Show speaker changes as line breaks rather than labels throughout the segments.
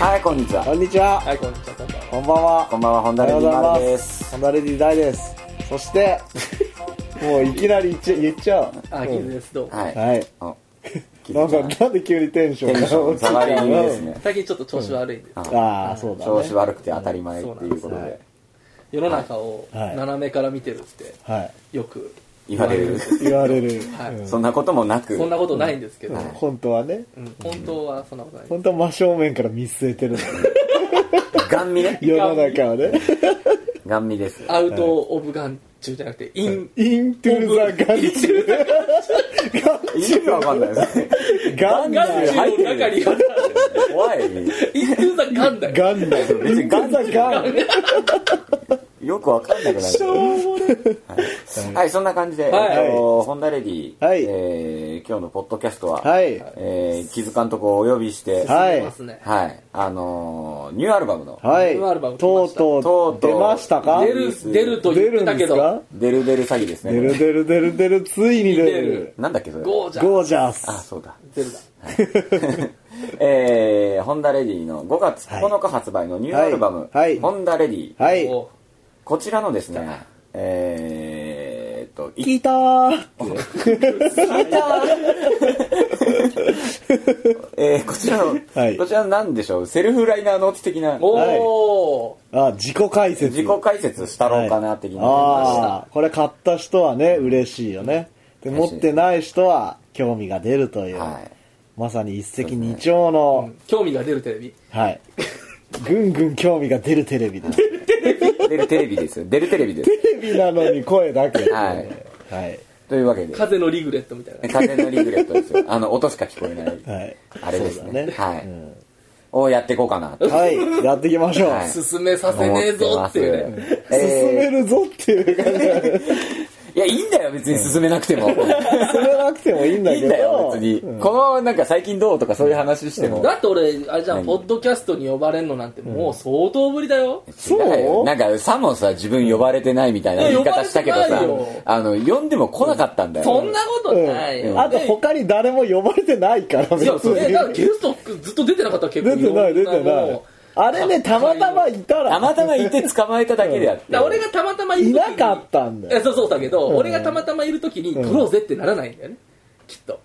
はい、こんにちは。
こんにちは。
はい、こんにちは、こんばんは。
こんばんは。
こんばんは、本
お
田
は
レ
よ
ディマルで。
うございますす。ホンダレディ大です。そ して、もういきなり言っちゃ言っちゃう。
あ、キズです、どうも。
はい。
はい。
お
なん
テ
か、なんで急にテンション
ンション下がり気味です。ね。
最近ちょっと調子悪いんで、
あ
ああ、そうだね。
調子悪くて当たり前っていうこと
そうなんで、
です
世の中を
はい
斜めから見てるって、
はい。
よく
言われる。
言われる。
はい
うん
そんなこともなく、
そんなことないんですけど、
本当はね。
うん本当はそんなことないです
本当は真正面から見据 えてるんだね
ガン見ね。
世の中はね。
ガン見です。
アウト・オブ・ガン中じゃなくて、イン、
イントゥザガンチュ
意味わかんないですね。
ガン
ガ
だ
ン中
よ。
の中には、
怖い。
イン・トゥ・ザ・ガンだよ。
ガンだよ。
別にガン
ザガン。
よくわかんなくなる。はい、はい、そんな感じで、
はい
えっと、ホンダレディ、
はい
えー今日のポッドキャストは、
はい
えー、木津監督をお呼びして、
は
はいいますね。
はい、あのーニューアルバムの、
はい。
ニューアルバム来
と
ま
う
した
と
と
う
うとう
出ましたか
出る、出ると言ってたけど、
デルデル詐欺ですね。
出るんですか出る出る出る出る、ついに出
出
る
る。
なんだっけ、それ。
ゴージャ
ゴ
ー、
ージャ
あ、
ス。
そうだ。
ゼルダ。
えー、ホンダレディの5月9日発売のニューアルバム、
はいはい
ホンダレディ、
はい。
お
こちらのですね、えーっと、
聞いたー
えー、こちらの、
はい
こちらのなんでしょう、セルフライナーノーツ的な
お
あ、自己解説。
自己解説したろうかな的な、
ああ、これ買った人はね、嬉しいよね。で、持ってない人は興味が出るという。
はい
まさに一石二鳥の、
ー興味が出るテレビ。
はい。ぐんぐん興味が出るテ レビです。
出るテレビですよ。出るテレビです。
テレビなのに声だけ。
はい。
はい。
というわけで、
風のリグレットみたいな。
風のリグレットですよ。あの、音しか聞こえない。
はい。
あれですね。
そうだ
はい、
ね
をやっていこうかなと。
うんはい。やっていきましょう。
はい
進めさせねえぞ っていうね。
え
進めるぞっていう 感じが
ーいや、いいんだよ、別に進めなくても。
進めなくてもいいんだ
いい
け
んだよ
ど、。
別に。このままなんか最近どうとかそういう話しても。
だって俺、あれじゃん、
何
ポッドキャストに呼ばれんのなんてもう相当ぶりだよ。
そう
なんか、さもさ、自分呼ばれてないみたいな言い方したけど
い
さ
や呼ばれてないよ、
あの、呼んでも来なかったんだよ。
そんなこと
うん
ないよ。
あと
ね
他に誰も呼ばれてないから、別
いや、それ、だから
に。
ゲストずっと出てなかったら結構
出てない、出て
ろん
な
も。
いうあれね、たまたまいたら。
たまたまいて捕まえただけであって。
だから俺がたまたまいる時に
いなかったんだよ
いやそうそうだけど、俺がたまたまいるときに撮ろうぜってならないんだよね。きっと。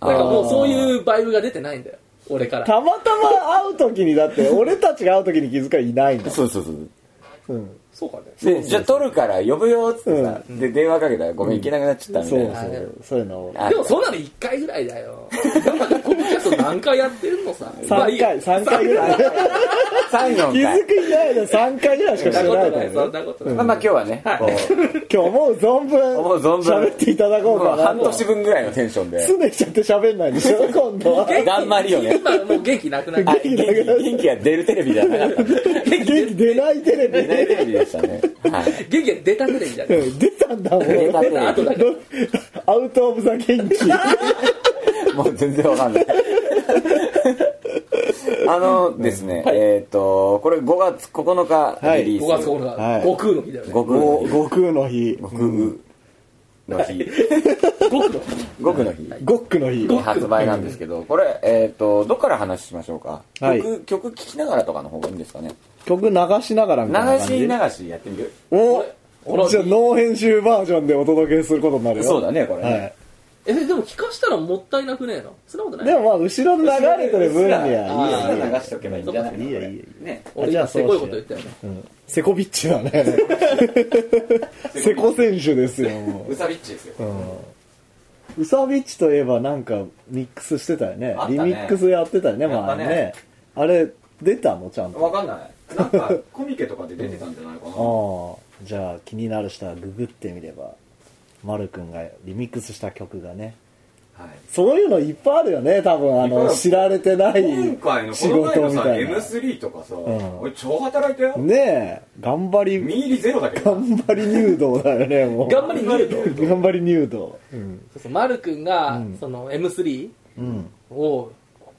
なんかもうそういうバイブが出てないんだよ。俺から。
たまたま会う時にだって俺たちが会う時に気づかいないんだ
そうそうそう。
うん
そうかね。
で、じゃあ撮るから呼ぶよっつってさ、で、電話かけたらごめん行けなくなっちゃったみ
そ
た
う
い
そ
な。
うそういうのを
あ
でもそんなの1回ぐらいだよ。なんかこのキャスト何回やってんのさ。まあ
3
いいや
回3回ぐらい
3、
気
4
づ
回。
くいないの3回ぐらいしかし
そ
て
んな
な
こ
いか
とな
ら
い、
ね
そんなことない。
まあまあ今日はね、こ
今日思う存分
思う存分
喋っていただこ
う、
う
もう
かな
半
と
年分ぐらいのテンションで。
すねちゃって喋んないでしょ今度は
だんまりよね。
今もう元気なくなっ
は
た
い、元気、元気は出るテレビじゃなかった。
元気出ないテレビ
出ないテレビでしたね。はい。
元気が出たテレビじゃない。
うん出たんだもん
出たテレビ
アウト・オブ・ザ・元気
もう全然わかんない。あのですね、えっ、と、これ5月9日リリ
5
ー
月
ス。
9日、
はい
悟空の日だよね。
極
ご
の日。
悟空の日
極の日。
悟空の日。
極の日。
ゴックの日
発売なんですけど、これ、えっ、と、どっから話しましょうか、
はい
曲、曲聴きながらとかの方がいいんですかね
曲流しながらみ
流
たいな感
し
じ
流しやってみる
お
これ
じゃあ、ノー編集バージョンでお届けすることになるよ。
そうだね、これね。
はい。
え、でも聞かしたらもったいなくねえのそんなことない
でもまあ、後ろで流れてる分にはいい
や
あ
よ
ー
いいよ
流しとけばいいんじゃない
いいよいいよ
これね。
俺
じゃ
今
あ
せこいこと言ったよね。
うんセコビッチ だね。セコ選手ですよ、も
うさびっちですよ。
う。うん。ウサビッチといえばなんかミックスしてたよね。
あった
リ
ね
ミックスやってたよね、
やっ
まあ
ぱね
ね。あれ、出たのちゃんと。
わかんない。なんか、コミケとかで出てたんじゃないかな。
ああ。じゃあ、気になる人はググってみれば、まるくんがリミックスした曲がね。
はい。
そういうのいっぱいあるよね、多分、あ
いっぱいあ
の、
る
知られてない
今回のこ
仕
の前
事
の
み
さ
たいな。
M3 とかさ、
ん
俺超働いたよ、
ねえ、頑張り、
身入りゼロだけど
頑張り入道だよね、もう。
頑張り見ると。そう
頑張り入道。うん。
そう、丸くんが、その M3 を、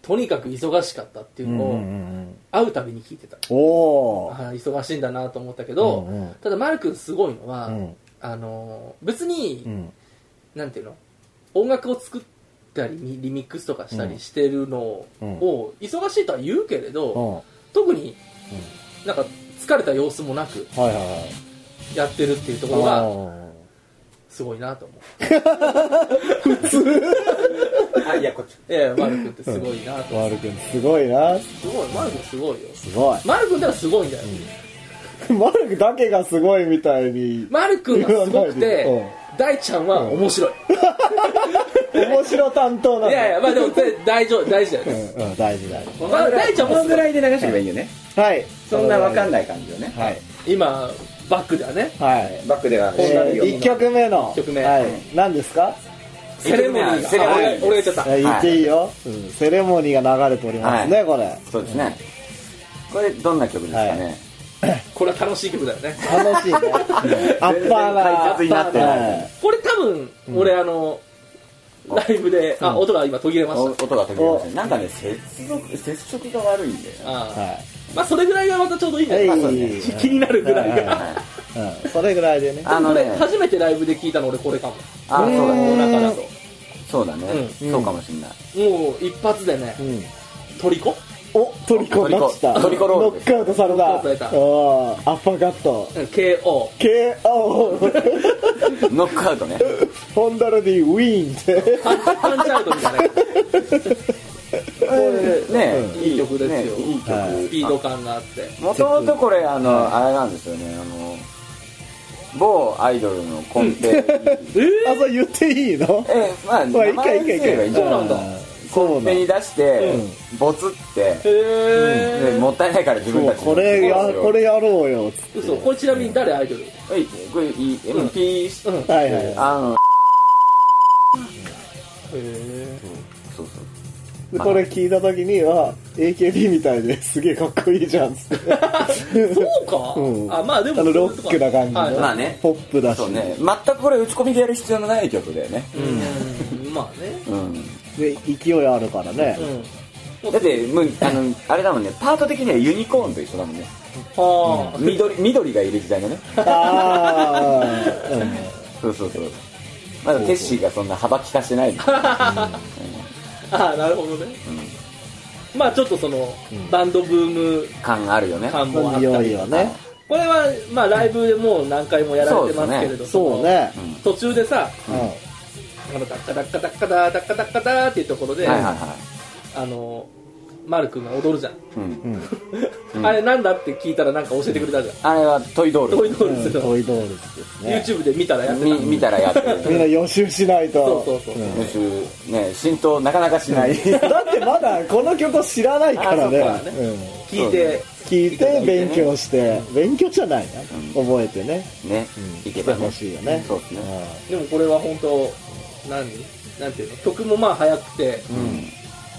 とにかく忙しかったっていうの
うんう
を、
んうん
会うたびに聞いてた。
おー。
あー忙しいんだなと思ったけど、
うんうん
ただ丸くんすごいのは、
うん
あのー、別に、
うん。
なんていうの音楽を作ったりリミックスとかしたりしてるのを、
うん
忙しいとは言うけれど、
うん
特になんか疲れた様子もなく
はいはいはい
やってるっていうところ
あ
が
ー
すごいなと思う
あ、いや、こっち。
ええマル君ってすごいなと、
マル君すごいな
すごいマル君すごいよ
すごい
マル君だからすごいんだよ、
マル君だけがすごいみたいに
マル君がすごくて、
う
大ちゃんは面白い、
面白担当なんだ
いやいやまあでもで大丈夫大事だよ
う
ね、
んうん大事大事
まあ、大ちゃん
この
も
ぐらいで流してればいいよね。
はい
そんなわかん
な
な
い
い感じよね。
はい
今バックではね
はい
バックでは、
えー、1曲目の
一曲目
はい、何ですか
セレモニーが
セレモニー
あ俺が言っちゃった
いや言っていいよ、うんセレモニーが流れておりますね、
は
これ
そうですね。これ、どんな曲ですかね。
これは楽しい曲だよね
楽しいねアッパーな
全然解説になってない
はい
これ多分俺、あのライブであ音が今途切れま
お
し
音が途切れません。なんかね、接続、接触が悪いんだよ
た、ああ
は
まあそれぐらいがまたちょうどいいんじゃないい
は
か
い、
そうね
気になるぐらい
は
が
ね。
うん、それぐらいでね
あの
これ
ね、
初めてライブで聞いたの俺これかも
あ、そうだ
う
ね。
ん
だからと
そうだね
う。
そうかもしんない。
もう一発でね
うん
トリコ
おトリコになってきた
トリコロール
ノックアウトされ
ノッ
た
クアウトされた
おーアッパーカット
うん KO
KO
ノックアウトね。
ホンダルディウィーンって
パンパンチアウトみたいな
ね
うんいい曲ですよ
ねいい曲
はい
スピード感があって
もともとこれあのあれなんですよねあの某アイドルのコンペに
あそれ言っていいの
えまあ
まあ
名
いいか
前
いい
に
かいい
すれば
か
いいんじゃ
そ
な
う
い
なんだ
そう
コンペに
な
出してボツってで
へ
もったいないから自分たち
これやこ
れ
れやろうよつっ
嘘これちなみに誰アイドル
これいい MP
うん
てはいはいはい
あの
え
そうそう
でこれ聞いた時には AKB みたい ですげえかっこいいじゃんっつって
そうか、
うん
あまあでも
あのロックな感じの
はい
ま
は
あね
ポップだし
そうね全くこれ打ち込みでやる必要のない曲だよね
いうんまあね
うん
で勢いあるからね
うん
だってもうあのあれだもんねパート的にはユニコーンと一緒だもんね
はあ、
緑緑がいる時代のね
ああーうん
そうそうそう。まだテッシーがそんな幅利かしてない。
ああなるほどね、まあちょっとその、バンドブーム
感があるよね。
感 もあ
い
った
よ
り
いよね
これはまあライブでもう何回もやられてますけれど
そうね
の途中でさ
うん
あのダッカダッカダッカダーダッカダッカダーっていうところで、
はいはいは
あのマル君が踊るじゃん、
い。うん。
うん
ん
あれなんだって聞いたらなんか教えてくれたじゃん、
あれはトイド
ト
ー
イドールズの、
トイドールズですね
YouTube で見たらやってた、
ル。み見たらやってる。
みんな予習しないと
そうそうそう
むしろね、浸透なかなかしない。
だってまだこの曲を知らないからね
あそうかね
うん
聞いて
聞いて勉強して勉強じゃないな覚えてね
ね。いけばね
欲しいよね
そうですね。
でもこれは本当何なんていうの曲もまあ早くて、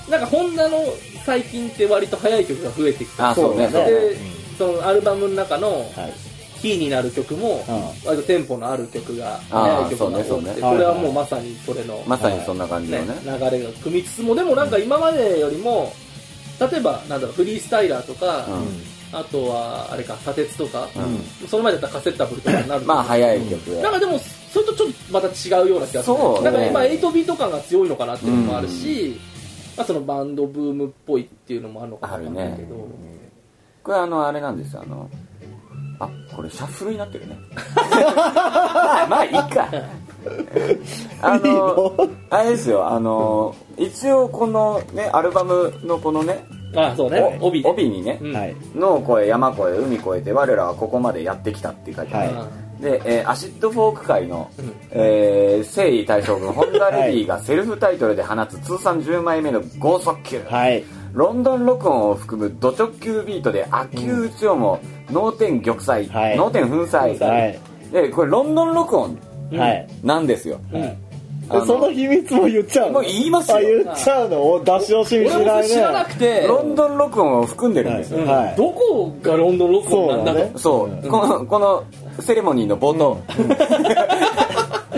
なんかホンダの最近って割と早い曲が増えてきた
あ、そうね。
そうだ
そうね
で、そのアルバムの中の
はい
「キーになる曲も
う
割とテンポのある曲が
あ
早い曲が
そ
多
う
く
ねそう
て
ね
これはもうまさにそれの、
まさにそんな感じ
ね
のね。
流れが組みつつもでもなんか今までよりも例えばなんだろうフリースタイラーと
う
か、あとはあれか砂鉄とか、その前だったらカセッタブルとかになる
ん。まあ、早い曲
なんかでも、それとちょっとまた違うような気がする、
そう
な
ね
んか今、8ビート感が強いのかなっていうのもあるし、まあ、そのバンドブームっぽいっていうのもあるのかな
ある
わかんない
ね
けど、。
これあの、あれなんですよ。あの、あ、これシャッフルになって るね。まあ、 まあ、いいか。あ
いい
の
の、
あれですよ。あの、一応このね、アルバムのこのね、
あそうね、
お
帯で
帯にね「
うん
はい
野を越え山越え海越えて我らはここまでやってきた」って書いてある、
は
で、えーアシッドフォーク界の、
ん
えー征夷大将軍ホンダレディがセルフタイトルで放つ通算10枚目の豪速球、
はい
ロンドン録音を含むド直球ビートで悪球打ちをも脳天玉砕、
はい
脳天粉砕、
はい
でこれロンドン録音
はい
なんですよ、
はい
あの
その秘密も言っちゃうの
もう言いますよ
あ言っちゃうのお出し惜しみし
俺も
ないね
知らなくて、
ロンドン録音を含んでるんですよ、
うん
はい
どこがロンドン録音なんだと、
そうだね
そう、このこのセレモニーの冒頭、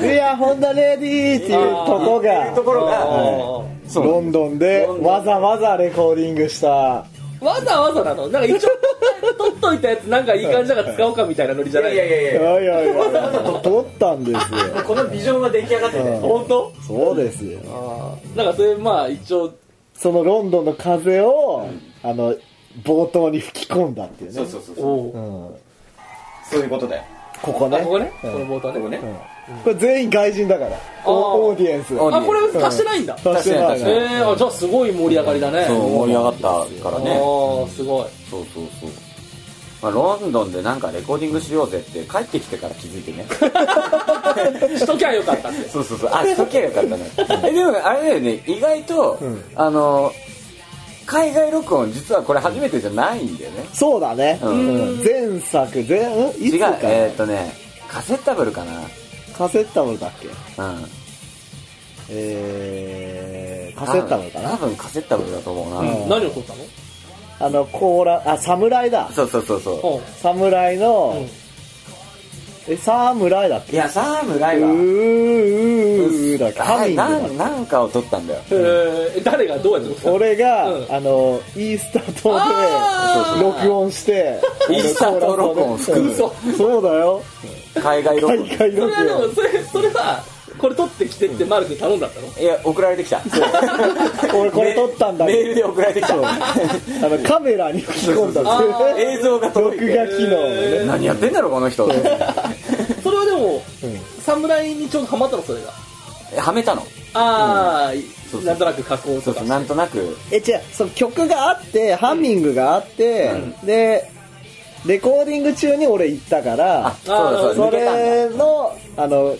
いや、ホンダレディーっていうとこ
っていうとこ
が、
ろが、
あ
そう
ロンドンで
ロンドン
わざわざレコーディングした。
ーわざわざなの、なんか一応、取っといたやつ、なんかいい感じだから使おうかみたいなノリじゃない
いやいやい
い
やいや
やいやいや、撮ったんですよ。
このビジョンは出来上がって
うん
本当
そうですよ。
あーなんかそれ、まあ一応、
そのロンドンの風を、あの、冒頭に吹き込んだっていうね
そうそうそう
お
そう
お
う
う。
ん、
そういうことだよ
ここ
あ、
ね
ここね。
う
こ
ん
の冒頭
ここ
ね
ね。
うんこれ全員外人だから
あー
オーディエンス
オーディエン
あ、これ足してないんだ。
足してない
確
え
かに確
な
か
え、あ、じゃあすごい盛り上がりだね。
そう盛り上がったからね
ああ、すごい。
そうそうそう、まあ、ロンドンでなんかレコーディングしようぜって帰ってきてから気づいてね
しときゃよかったって。
そうそうそうあしときゃよかったねえでもねあれだよね意外と、
うん
あの海外録音実はこれ初めてじゃないんだよね
そうだね、
う
うんん、前作前んい
違
つ
う
かな
えーっ、とねカセッタブルかな
カセッタブルだっけ
うん
えー、カセッタブルか
多
な
分カセッタブルだと思うな、
うん
何を撮ったの
あのコーラあ侍だ
そうそうそうそう
うん
侍の、
うん
え侍だっ
い
け
やサームライ
うー
は
うーうーだっけハ
あ
ミ
れ
ングだ
な
っけ
んなんかを取ったんだよ
えー誰がどうやって撮ったの
俺が、
うん
あのイースター島
あー
で録音して
イースター島録音含む
そうそうだよ
海外録音
海外
そ
録
れはで
音
もそれそれはこれ撮ってきてってマルクに頼んだったの
いや送られてきた
俺これ撮ったんだ
メメールで送られてきた
そうあのカメラに吹き込んだ
そうそうそう
っていうね
映像が届い
録
て
画機能のね、
何やってんだろうこの人
それはでも
うん
侍にちょうどハマったのそれが
えはめたの
ああ、
そうそう
なんとなく加工
そ
と
う
か
そうなんとなく
え違うその曲があってハミングがあって、でレコーディング中に俺行ったから
あそうだそうだ
そ
抜けたんだ
れのあの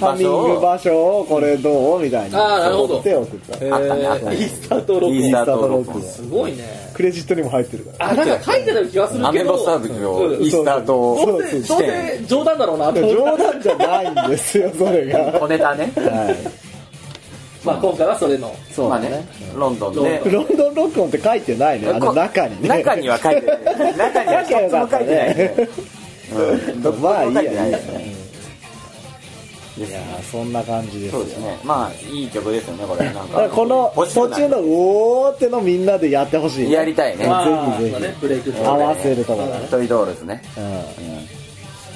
ハ
場
ミン
所を
グ場所をこれどうみたい
あーな
な
るほど
って送った
え
あったねあっ
ー
たね
イースターとロ
イー
ッ
ス
ク
ターと録
イースターと録
音
音
すごいね
クレジットにも入ってるから
あなんか書いてある気がする
ア
け
メ
ど
ボスターズを
うん
イースター
嘘
と
どうせ
そ
ど
う
う
そう
せ冗談だろうなと思
冗
った
談じゃないんですよそ れが
小ネタね
はい
まあ今回はそれの
そう
まあ
だ
ね
ね
ロンドンで
ロンドン録音って書いてないねあの中にね
中には書いてない中には一つも書いてないねうんどこ
まあい
も
い
書
や
いてない
いいやい
で
や
すね
ーそんな感じです
そ
よ
うですね。まあ、いい曲ですよね、これ。なん
だか
か。
らこの
ポジティブ
途
な
中の「おー」ってのみんなでやってほしいね
やりたいね。
ま
まあ
ぜひぜひ
まあねブレイク
合わせるとかだね
トイドールですね。
う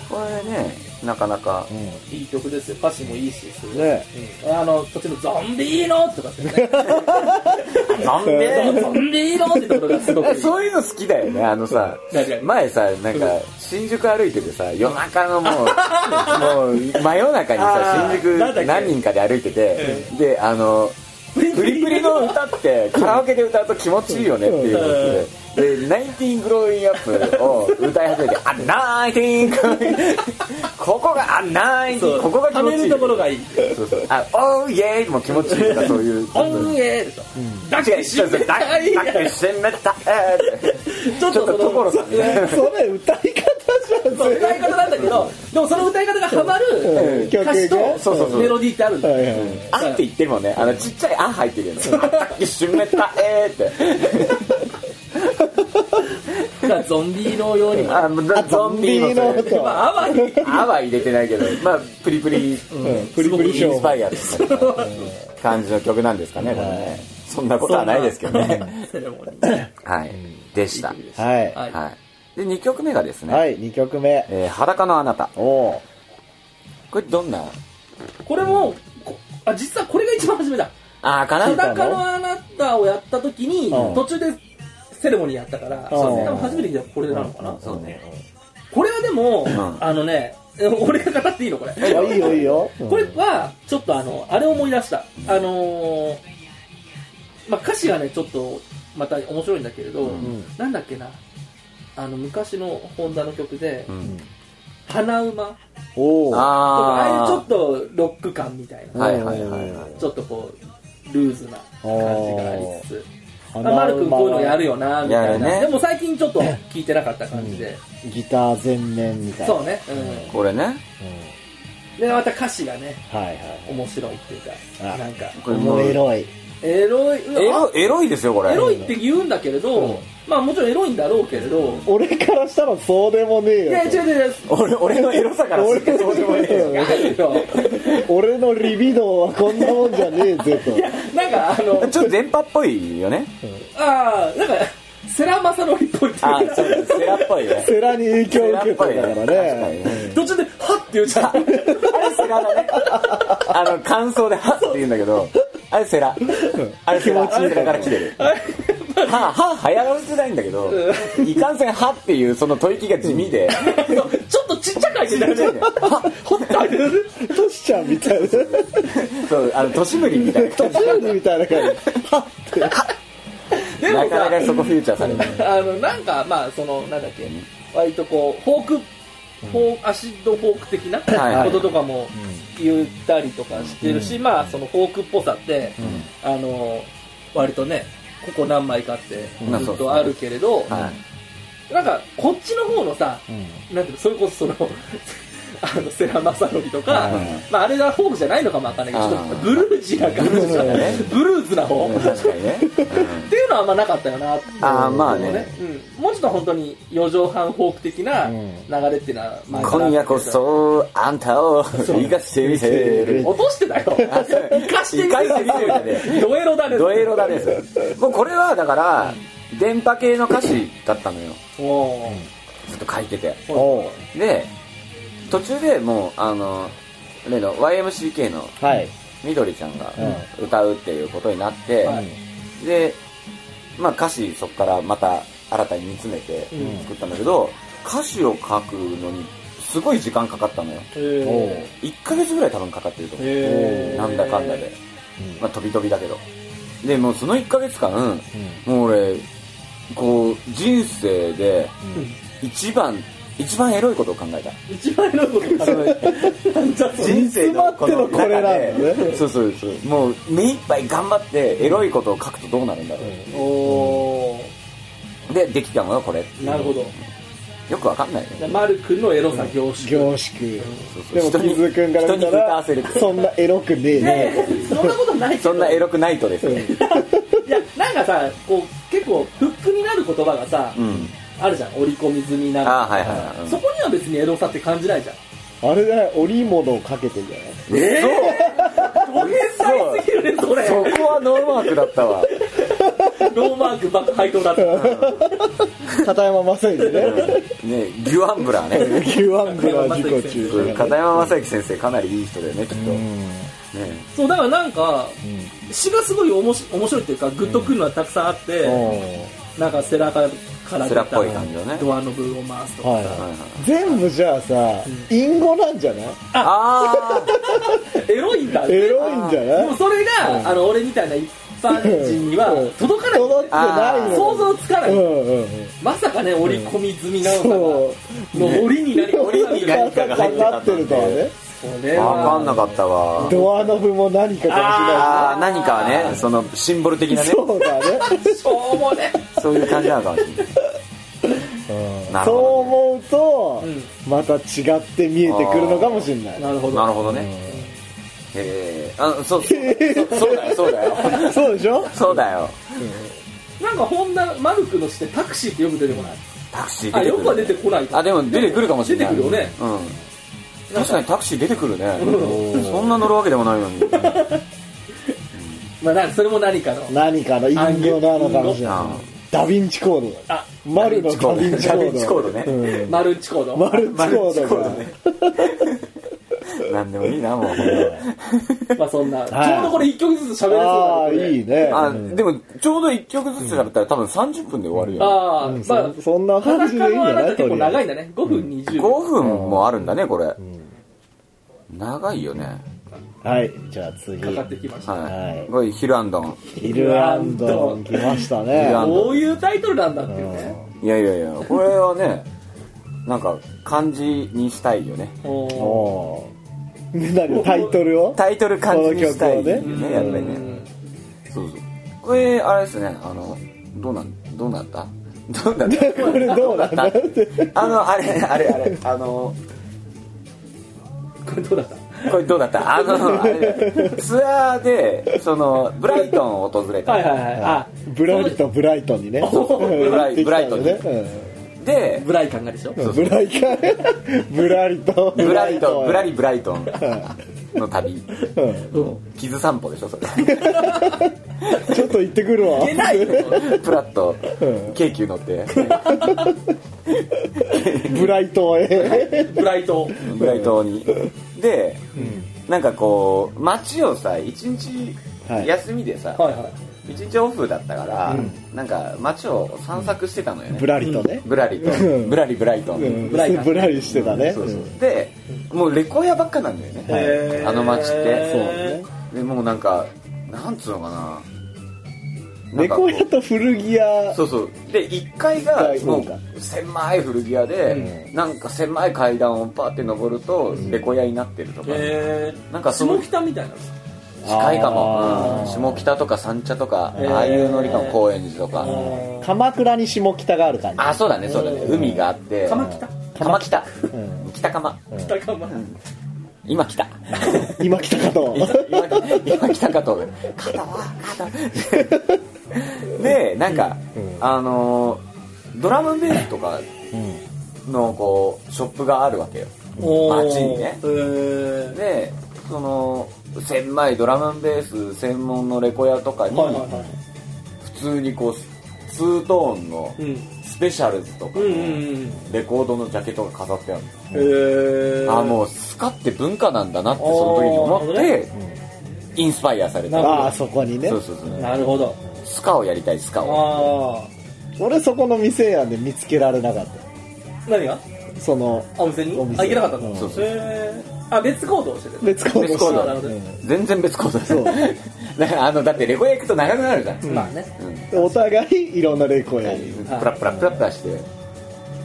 これね、なかなか。
んうん
いい曲ですよ歌詞もいいしすごい
ね
うんあの途中の「ゾンビーノ」とかってね
なんで
ゾンビーノってところがすごくいい
そういうの好きだよね、あのさ
確かに。
前さ、なんか、新宿歩いててさ、夜中のもう、もう、真夜中にさ
あ、ー
新
なんだっ
宿
け
何人かで歩いてて、で、あの、プリプリの歌ってカラオケで歌うと気持ちいいよねっていうことで、で、ナインティーングローインアップを歌い始めて、あ、ナインティーングローイン、ここが、あ、ナインティーン、ここが気
た
持
め
ちい
る
い
と。ころがいい
そうそうあ、オーイェーイも気持ちいいとか、そういう。
本営でしょ。だ
違う、違う、違うだ
い
だって締めたえーって
ちょっ
ちょっ
と
と
そ
所
の
さんね。
それ歌い方じゃん
そう歌い方なんだけど、でもその歌い方がハマ
う
る
ん
歌
曲
詞と
が
そうそうそう
メロディーってあるんだ
はいは
よ。
い
あって言ってるもんね。あの、ちっちゃいあ入ってるよね。さっき湿った、えーっ
だからゾンビのように
て。
も。
あ、もうゾンビもそう
ゾンビの音
まあ、あわに。
あは入れてないけど、まあ、プリプリ、
うんプリプリ
イ
ショ
ンスパ
ー
イアみたいな感じの曲なんですかね、これね。そんなことはないですけどね。
セレモニー。
はい。でした。
はい
はい
はい。で、2曲目がですね、
はい2曲目
えー裸のあなた。
おー
これどんな、
これも、こあ、実はこれが一番初めだ。
あー、かな
裸のあなたをやった時に、
うん
途中でセレモニーやったから、
そうね
多分初めて聞いたのこれなのかな。
そうね。
これはでも、
ん
あのね、俺が語っていいのこれ。
あいいよいいようん
これはちょっとあのあれを思い出した、あのーまあ、歌詞がねちょっとまた面白いんだけれど、
うん
なんだっけなあの昔のホンダの曲で
うん。
「花馬」
おー
とかああいうちょ
あ
っとロック感みたいな
はいはいはいはい
ちょっとこうルーズな感じがありつつ
あ
あマル君こういうのやるよなみたいな、
やるね
でも最近ちょっと聞いてなかった感じで、
ギター全面みたいな
そうね、
ー、これね。
うん
うん、でまた歌詞がね
はいはい
面白いっていうか
あ
なんか
これもう
もうエロい
エロい
エロエロいですよ、これ。
エロいって言うんだけれど、
うん
まあもちろんエロいんだろうけれど、
俺からしたらそうでもねえ
い
よ
や違う違う違う
俺、俺のエロさからするとそうでもねえよ。
違うよ
俺のリビドーはこんなもんじゃねえぜと
なんかあの
ちょっと電波っぽいよね。
ああなんかセラマサノリっぽいって
あ
いう
ー、ちょっとセラっぽいね。
セラに影響を受けたんだか
セラっ
ら
ぽいね確か
ね
にね
途中でハッって言うじゃん
あれセラだね。あの、感想でハッって言うんだけど、あれセラ。あれセラ。
気持ちいい
セラから来てる。
あれやっ
歯、歯流行らせてないんだけど、いかんせん歯っていうその吐息が地味で、
そうちょっとちっちゃく入ってたよね。ほっと入ってる。
トシちゃんみたいな。
そう、あの、年無理みたいな
ト
感
シウリみたいな感じ。はって。
じ。
でも
なかなか
さ、
そこフューチャーされない。
あの、なんか、まあ、その、なんだっけ、割とこう、フォーク、フォーアシッドフォーク的な
はい
こととかも言ったりとかしてるし、まあ、そのフォークっぽさって、あの、割とね、ここ何枚かって
まあ
ず
そうで
っ
すね
とあるけれど、
はい。
なんか、こっちの方のさ、なんていうの、それこそその、 あの、世良正則とか、まあ、あれがフォークじゃないのかもわかんないけど、ちょっと
あー
ブルージーな感じだね。ブルーズな方。
うん確かにね。
っていうのはあんまなかったよなっていうの
あーまあね
うん、もうちょっと本当に四畳半フォーク的な流れっていうのは
う
前
ん
から
今夜こそ、あんたを生かしてみせる。
落としてだよ生かしてみせ
生かしてみせるだ
る
ね
ドエロだね
ドエロだです。もうこれはだから、電波系の歌詞だったのよ。
お
ずっと書いてて。
ーお
で、途中でもう、あの、例の YMCK の
はい。
みどりちゃんが歌うっていうことになって、
はい
で、まあ歌詞そこからまた新たに煮詰めて
うん
作ったんだけど、歌詞を書くのにすごい時間かかったのよ。
へ
1ヶ月ぐらい多分かかってると思う。
え
なんだかんだで。まあ飛び飛びだけど。で、もうその1ヶ月間、もう俺、こう、人生で一番、一番エロいことを考えた。
一番エロいこと考えたなんじゃそれ
人生のこの中
詰まってのこれなんだ
で、そうそうそう。もう目いっぱい頑張ってエロいことを書くとどうなるんだろ
お
う。で、できたのがこれ。
ーなるほど
よくわかんないよね。
マル君のエロさ凝縮
凝縮。
そうそう
でも、
人に
キズくんから
人
見
に
た
歌わ
ら
せる。、
そんなエロくねえね。
そんなことないけど
そんなエロくないとですよ。
いやなんかさこう結構フックになる言葉がさ、
うん。
あるじゃん織り込み済みな
あーはいはいはいうん
そこには別にエロさって感じないじゃん
あれだよ、織物をかけてんじ ゃない
え
ド変態すぎるねそれ
そこはノーマークだったわ。
ローマークバック配当だった
片山正義ね。
ね、ギュアンブラーね。
牛ワンブラ事故
うん
中。
片山正之先生かなりいい人だよね、きっと。ね
そうだからなんか、詩がすごいおもし面白いっていうかグッとくるのはたくさんあって、なんかセラからから出
セラったぽい感じだね
ドアノブを回すとか、
は
は
い
いはい
全部じゃあさ、隠語なんじゃない
あ
エロいんだ
エロいんじゃ
で
な
も
い
それが、あの俺みたいな一般人には
うん
届かない、
届ってないの。
想像つかない、
うんうんうん。
まさかね織り込み済みなのさが
そ
の檻になり
う。
檻
になり何かが入ってた
かかってるとはね。
これ
あ、
は
わかんなかったわ。
ドアノブも何かか
ああ、何かはね、そのシンボル的
も
な
しれない。
ね、
そうだね。
しょうもね
そういう感じなのかもしれない。なる
そう
ほ
思うと
ん、
また違って見えてくるのかもしれない。
なるほ
ど。
ど
なるほどね。へえ、あ、そう、そうそうだよ、そうだよ。
そうでしょ
そうだよ。
なんか本田マルクのしてタクシーってよく出てこない
タクシー
あ
出て
よ
く
くは出
る。
てこない
あ、でも出てくるかもしれない。
出てくるよね。
うん。確かにタクシー出てくるね。そんな乗るわけでもないのに。
まあなんかそれも何かの
何かの隠語なのかもしれ
あ
な
の
い。ダヴィンチコードだ。
あ
マルのダヴィンチコー
ダ
ド。
ヴィンチコードね
うん
マルチコード
マルチ
マル
コ
チ
ー
コ
ド
ード
が。
ね。 なんでもいいな、もう。
まあそんな、
はい
ちょうどこれ一曲ずつ喋れ
ああ、
そうだね
いいね。
あ、でも、ちょうど1曲ずつ喋ったら多分30分で終わるよね。
ああ、
うん
まあ
そそんな感じでいいんじゃない
裸のあなた結構長いんだね5分
5
20秒、
分もあるんだねこれ、長いよね
はい、じゃあ次。
かかってきました、
は
はいい
これヒルアンドン
ヒルアンドン来ました
ヒ
ね
ル。アンド
こういうタイトルなんだっていうね、
いやいやいやこれはねなんか漢字にしたいよね
おー
おーで何タイトルを
タイトル漢字にしたいよね
こ
の曲をね
やっぱりねそうそうこれあれですねあのどうなんどうなったどうなっ
これどうなん だって。
たあのあれあれあれあの
これどうだった
これどうだったあのあれツアーでそのブライトンを訪れた
はいはいはいあ
ブラリとブライトンにね。
ブライブライトンに
行ってきたのね。
で
ブライ感がでしょ
うんブライカブラリと
ブライトンブラ
リ
リブライトンの旅
うん
傷散歩でしょそれ
ちょっと行ってくるわ
出ないよ
プラッと京急乗って
ブライトンへ
ブライト
ブライトにでなんかこう街をさ一日
はい
休みでさ
はいはい
1日オフだったから、なんか街を散策してたのよね
ぶらりとね。
ぶらりと
うん
ぶらりぶらりと、
うん
ぶらり
ぶらりしてたね。
そうそうでもうレコ屋ばっかなんだよね、
はい
へー
あの街って
そうね。
でもうなんかなんつうのかななん
レ
かこ
コ
う
ヤと古着屋。
そうそうで1階が
一階
も
そうか
う狭い古着屋で、なんか狭い階段をパーって登るとレコ屋になってるとか、
へー
なんかその
下北みたいなの
近いかも、
あ
うん
ー
下北とか三茶とか、
ー
ああいうノリかも高円寺とか、
鎌倉に下北がある感じ。
あそうだねそうだね海があって
鎌北
鎌北
うん
北鎌
北鎌
今来 た
今来たか と。
今今来たかと肩は肩でなんか、
うん
あのードラムベースとかのこうショップがあるわけよ街にね
へー
でその狭いドラムベース専門のレコ屋とかに
はいはいは
普通にこうツートーンの
いうん
スペシャルズとか
う
の
んうんうん
レコードのジャケットが飾ってあるの
へー
あもうスカって文化なんだなってその時に思ってインスパイアされた
ああ、そこにね
そ。うそうそう
なるほど
スカをやりたいスカを
あ
俺そこの店屋で見つけられなかっ
あ何が
た。その、
あお店に
お店
あ行けなかったの
うん
そうそう
へーあ別行動をしてる
別行動
別行動
してたうん
全然別行動 だ
そう
ねあのだってレコヤ行くと長くなるじゃん、うん
まあね
でお互いいろんなレコヤに。
プラプラプラプラして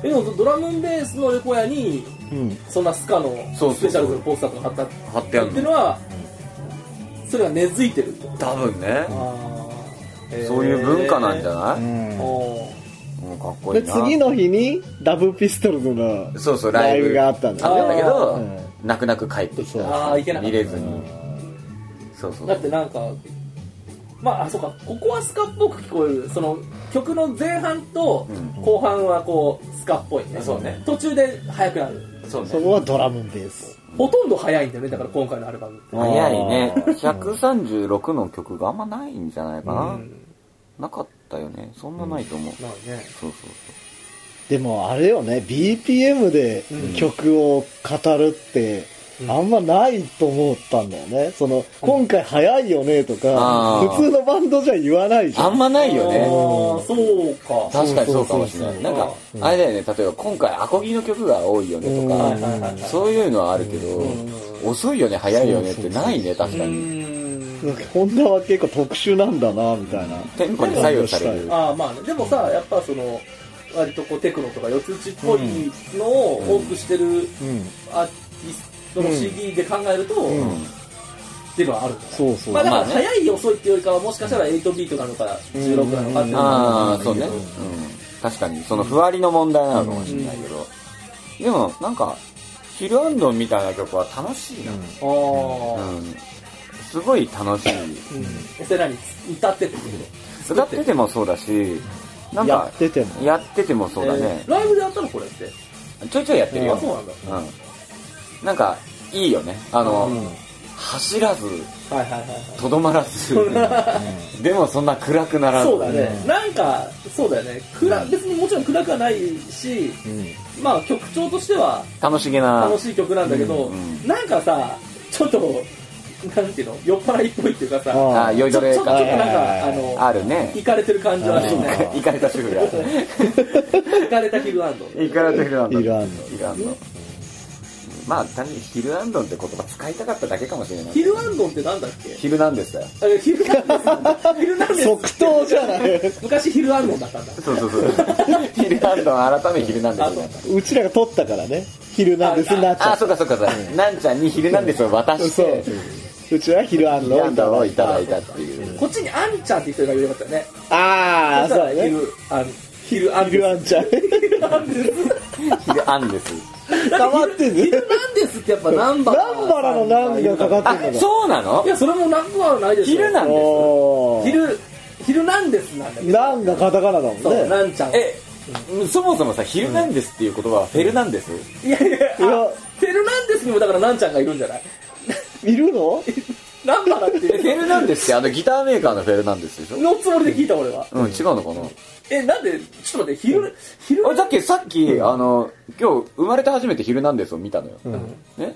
でもドラムベースのレコヤに
うん。
そんなスカの
そうそうそう
スペシャルズのポスターとか貼ったっ
貼ってあ
てい
る
う
の
のはそれが根付いてるってこと
多分ね
あー
そういう文化なんじゃ
へ
ない、
ーおー
もうかっこいい
で、
な
次の日にダブルピストルズの
そうそうラ
ラ
イ
イ
ブ
ブがあったんだ
あったんだけど、
うん
泣く泣く帰ってき
そう
た
あー行けなかっ
見
た
れずに、そうそう
だってなんかまああそうかここはスカっぽく聞こえるその曲の前半と
うん
後半はこうスカっぽいね
そうね
途中で速くなる
そう
そこはドラムベース。
ほとんど速いんだよねだから今回のアルバムって
早いね136の曲があんまないんじゃないかな、
うん
なかったよねそんなないと思う、
まあね
そうそう
でもあれよね、BPM で
うん
曲を語るって、
うん
あんまないと思ったんだよね。その、今回早いよねとか
あー、
普通のバンドじゃ言わないじ
そうあ
ゃん。
んまないよ
あ
ね
ーそうか
確かにそうかもしれな
そう
い
そ
な
うん
そう
かあれだよね例えば今回アコギの曲が多いよねとか、
うん
はいはいはい
そういうのはあるけど、
う
遅いよね早いよねっ
そ
て
うそうそう
ないね確かに、
うん
なんかホンダは結構特殊なんだな、みたいな。
テンポに左右される
ああまあねでもさやっぱその割とこうテクノとか四つ打ちっぽいのを多くしてる
うん。
アーティストの
うん
CD で考えると、
う
っ
ん
ていうのはあるんだ
そうそう。
まあだから
まあね
早い遅いっていうよりかはもしかしたら8ビートなのか16なのかっていうのは
ああそうね、うん、確かにそのふわりの問題なのかもしれないけど、でもなんか「ヒルアンドン」みたいな曲は楽しいな、
あー
うんすごい楽 しい
うんえそれ何歌ってってこと
歌っててもそうだしなん
や
か
ってても。
やっててもそうだね
え、ーライブでやったのこれって
ちょいちょいやってる
あ
よ
そうなんだ
うんなんかいいよねあの、
うん
走らず
はいはいはいはい
とどまらず
そんな
でもそんな暗くならず
そうだね、なんかそうだよね暗別にもちろん暗くはないし、まあ曲調としては
楽しげな
楽しい曲なんだけど、
うんうん
なんかさちょっとなんていうの酔っ払いっぽいっていうかさ
あ
あ酔い
ちょ
どれ
ちょちょっとなん
か
かあの
あるね
行かれてる感じはあるよ
あ
ね
ー
行かれた主婦が
行かれたヒルアンド
行かれたヒルアンド
ヒルアンド
ヒルアンドまあ単にヒルアンドンって言葉使いたかっただけかもしれない
ヒルアンドってなんだっけ
ヒルなんですよ
あヒルナンデスヒルナンデ
即
ス
答じゃない。
昔ヒルアンドだったんだ
そうそうそう ヒルアンドン改めヒルなんで
あ
す
そう
よ
うちらが撮ったからね、ヒルナンデスになっち
ああ
ゃった
そうかそうかそうかなんちゃんにヒルなんですを渡し
そ
て
う。うちはヒルアン
ヒル
ド
ア
を
ン
いた
ドン
だ
を
い
い
た。
ただいたっていう
こっちにアンちゃんって人がいればよかったよね
ああ、
そ
そう
したら
だね。
ヒルアンヒルアン
ヒルア
デ
ンちゃん。
スヒルアンデス
ヒルアンです
変わってん
ヒ
ね。
ルナンデスってやっぱナンバ
ナ
ー
ンバラのナンがかか
あ
ってんのか。
そうなの
いやそれもナンバーはないでしょ
ヒルなんです
お
ヒ
ー
ルヒルナンデスなんだけど
なんがカタカナだもん
そう
ね。
なんちゃん
えそもそもさヒルなんですっていう言葉はフェルなんです
いやいや
いや
あフェルナンデスにもだからなんちゃんがいるんじゃない
いるの
ナンバー だって
えフェルなんですってあのギターメーカーのフェルなんですでしょ
のつもりで聞いた俺は
うん違うのかな
えなんでちょっと待ってヒルヒル
あだっけさっき、あの今日生まれて初めて「ヒルナンデス」を見たのよ、ね、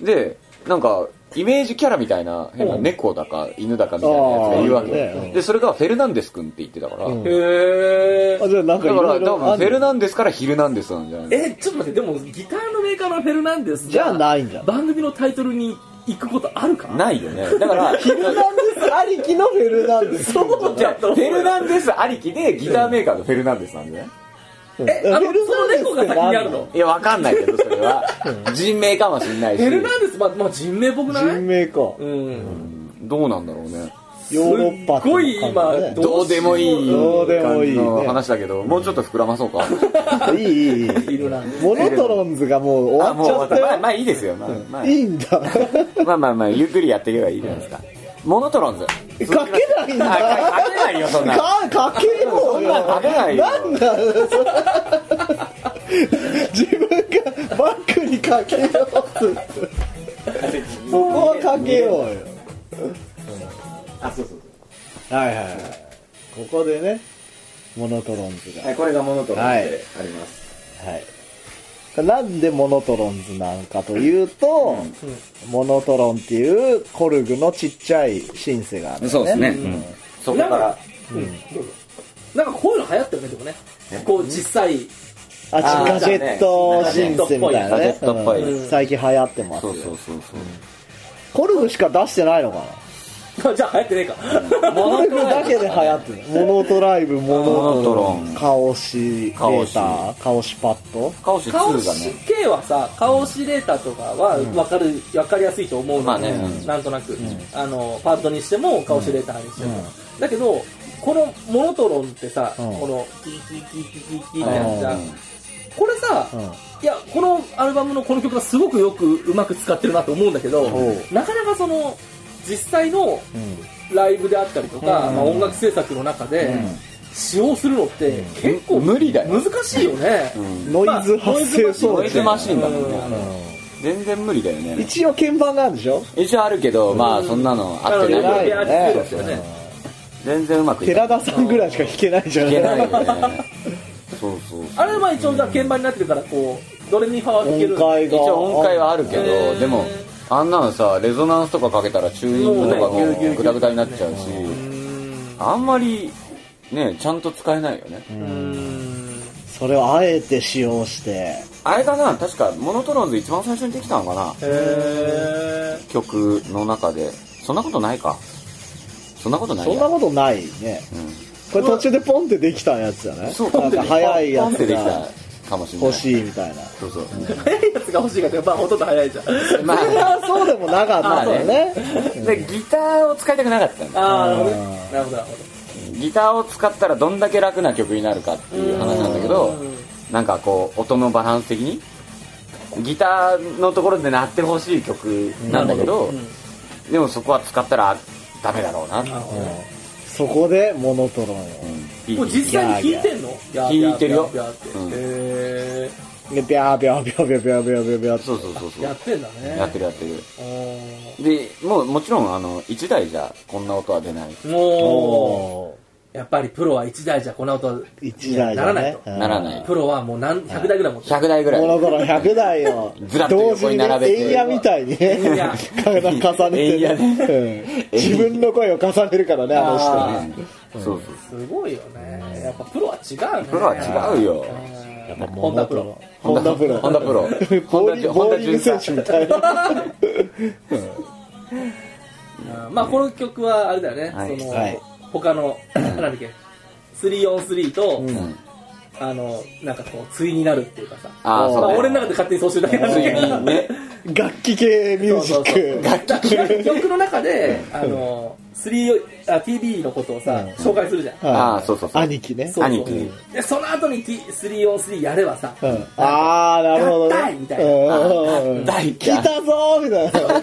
でなんか、イメージキャラみたいな、変な
うん
猫だか犬だかみたいなやつがいるわけ
あーね
よ。で、それがフェルナンデス君って言ってたから、
うん
だ
へ
あ、
ー
じゃあなんかい
から
ろい
多
ろ
分
あん
フ
の
ェルナンデスからヒルナンデスなんじゃない
えちょっと待ってでもギターのメーカーのフェルナンデス
じゃあないんじゃん
番組のタイトルに行くことあるか
ないよね。だから、
フェルナンデスありきのフェルナンデス。
そう
じゃあ
だと
フ
思う
ェルナンデスありきでギターメーカーのフェルナンデスなんでね。
えあのその猫が先にあるの
いや、わかんないけど、それは。 人名かもしんない
フ
し
ェ。ルナンデスままあ人名っぽくない
人名か。ヨ
うん
どうなんだろうね。
ーロッパって
すっごい
いう感じだね
今
どうでもいい
どうでも
感
いい
じ
ね
の話だけど、もうちょっと膨らま そうか。
いいいいいい。
フェルナンデス
モノトロンズがもう
あ、
終
もう
わっちゃっ
まあま
た
あいいですよ。まあまあ
よ。いいんだ。
まあまあまあ、ゆっくりやっていけばいいじゃないですか。モノトロンズ。
かけないん
あ
だ。
かけないよ、そんな。
か、かけよ
そ
うん
な
よ。
かけないよ。
なんだ 自分がバックにかけようってそこはかけようよ
あ、そうそう
はいはいはいここでねモノトロンズが
はい、これがモノトロンズ
はい
であります。
はいなんでモノトロンズなのかというと、モノトロンっていうコルグのちっちゃいシンセがあるんだよ
そうですね。そこか
なん
ら
か。なんかこういうの流行ったよねでもねこう小さい
あ
あー
ガジェットシンセみたいな
ガ
ね
ジェットっぽい
うん最近流行ってます
そ
よ
うそうそうそう。
コルグしか出してないのかな
あ じゃあ流行ってねえか
モノトライブだけで流行ってるモノトライブモノトロ
モノトロ
ン
ン
カオシデータカオシパッド
カオシ
顔
2が
し
ね。
系はさ顔しデータとかは分かる、分かりやすいと思うの、
まあねうん
なんとなく、あのパッドにしても顔しデータにしても、だけどこのモノトロンってさ、
うん
このキーキーキーキーキーキーってやつじゃん、
う
これさ、
うん
いやこのアルバムのこの曲がすごくよくうまく使ってるなと思うんだけ
お
ど、
う
なかなかその実際の
うん
ライブであったりとか、
うん
まあ、音楽制作の中で使用するのって結構
うん無理だよ
難しいよね、
ん。
ノイズ発生装
ノイ
置
ズマシンだもんね。
う
うん
全然無理だよね。
一応鍵盤があるでしょ
一応あるけど、まあそんなのあって
な
な
の
い
で
よ
や
ね
ってるんですよね
全然うまくいかな
寺
い
田さんぐらいしか弾けないじゃん
いけない よねそうそう
あれはまあ一応じゃあ鍵盤になってるからこうどれにファは弾ける
音階
一
が
応音階はあるけ
へ
ど
ー
でもあんなのさレゾナンスとかかけたらチューニングとか
そうねぎゅうぎゅうぎゅ
も
う
グダグダになっちゃうし
うーん
あんまりねちゃんと使えないよね
うーん
それをあえて使用して
あれかな確かモノトロンズ一番最初にできたのかな
へ
曲の中でそんなことないかそんなことない
そんな
や
ことないねこれ途中でポンってできたやつじゃない
そう
なんか早いや
ポンって
つ
でき
が
たかもしれない
欲しいみたいな
そうそう
ー早いやつが欲しいかってまあほとんど早いじゃん
ま
そ れ
あ
はそうでもなかったんだよね
でギターを使いたくなかったんだ
ああなるほど
あ
ねなるほどなるほ
ギターを使ったらどんだけ楽な曲になるかっていう話なんだけどなんかこう音のバランス的にギターのところで鳴ってほしい曲なんだけど
どうん
でもそこは使ったらダメだろうなって
なるほどね
そこでモノトロンを
ピ
これ
ーピー
実際に弾いてんの
弾いてるよ
やって
うん
へ
でビャービャービャービャービャービャービャービャーって
そうそうそうそ
ー
う
やってんだね
やってるやってる
おー
でもうもちろんあの1台じゃこんな音は出ない
も
お
うやっぱりプロは1台じゃこの音
ー一台
な
だ
らない
ね
と
ならない
プロはもう何100台ぐらい持ってる
100台ぐら
モノ
い
トロン100台を
ずらっと
同時
横に
にね
並べて
円矢みたいにね
円矢
重ねて
円矢
ねうん自分の声を重ねるからねあの人
あ
は
ー
そうそうそう
すごいよねやっぱプロは違うね
プロは違うよ
やっぱ
モ
ホンダ
ノ
プ
トロン
ロ
ホンダプロ
ホンダプロ
ボーリング
ホン
ボ
ダ
ーリング選手みたいな
うんまあこの曲はあれだよね、
はい
その、
はい
他のなんだっけ343と、
うん
あのなんかこう対になるっていうかさ
ああ
ー
そ
まあ、
う
俺
ね
の中で勝手にそうしてるだけなんだけど
ね
楽器系ミュージ ック
だから曲の中であの3あ TB のことをさ、
うん
紹介するじゃん、
はい
あーそうそうそう
兄貴ね
そう
兄貴
そうでその後に T- 343やればさ、
うんああなるほど
やった
ね
いみたいな
うんうんうん
大
来たぞーみたい な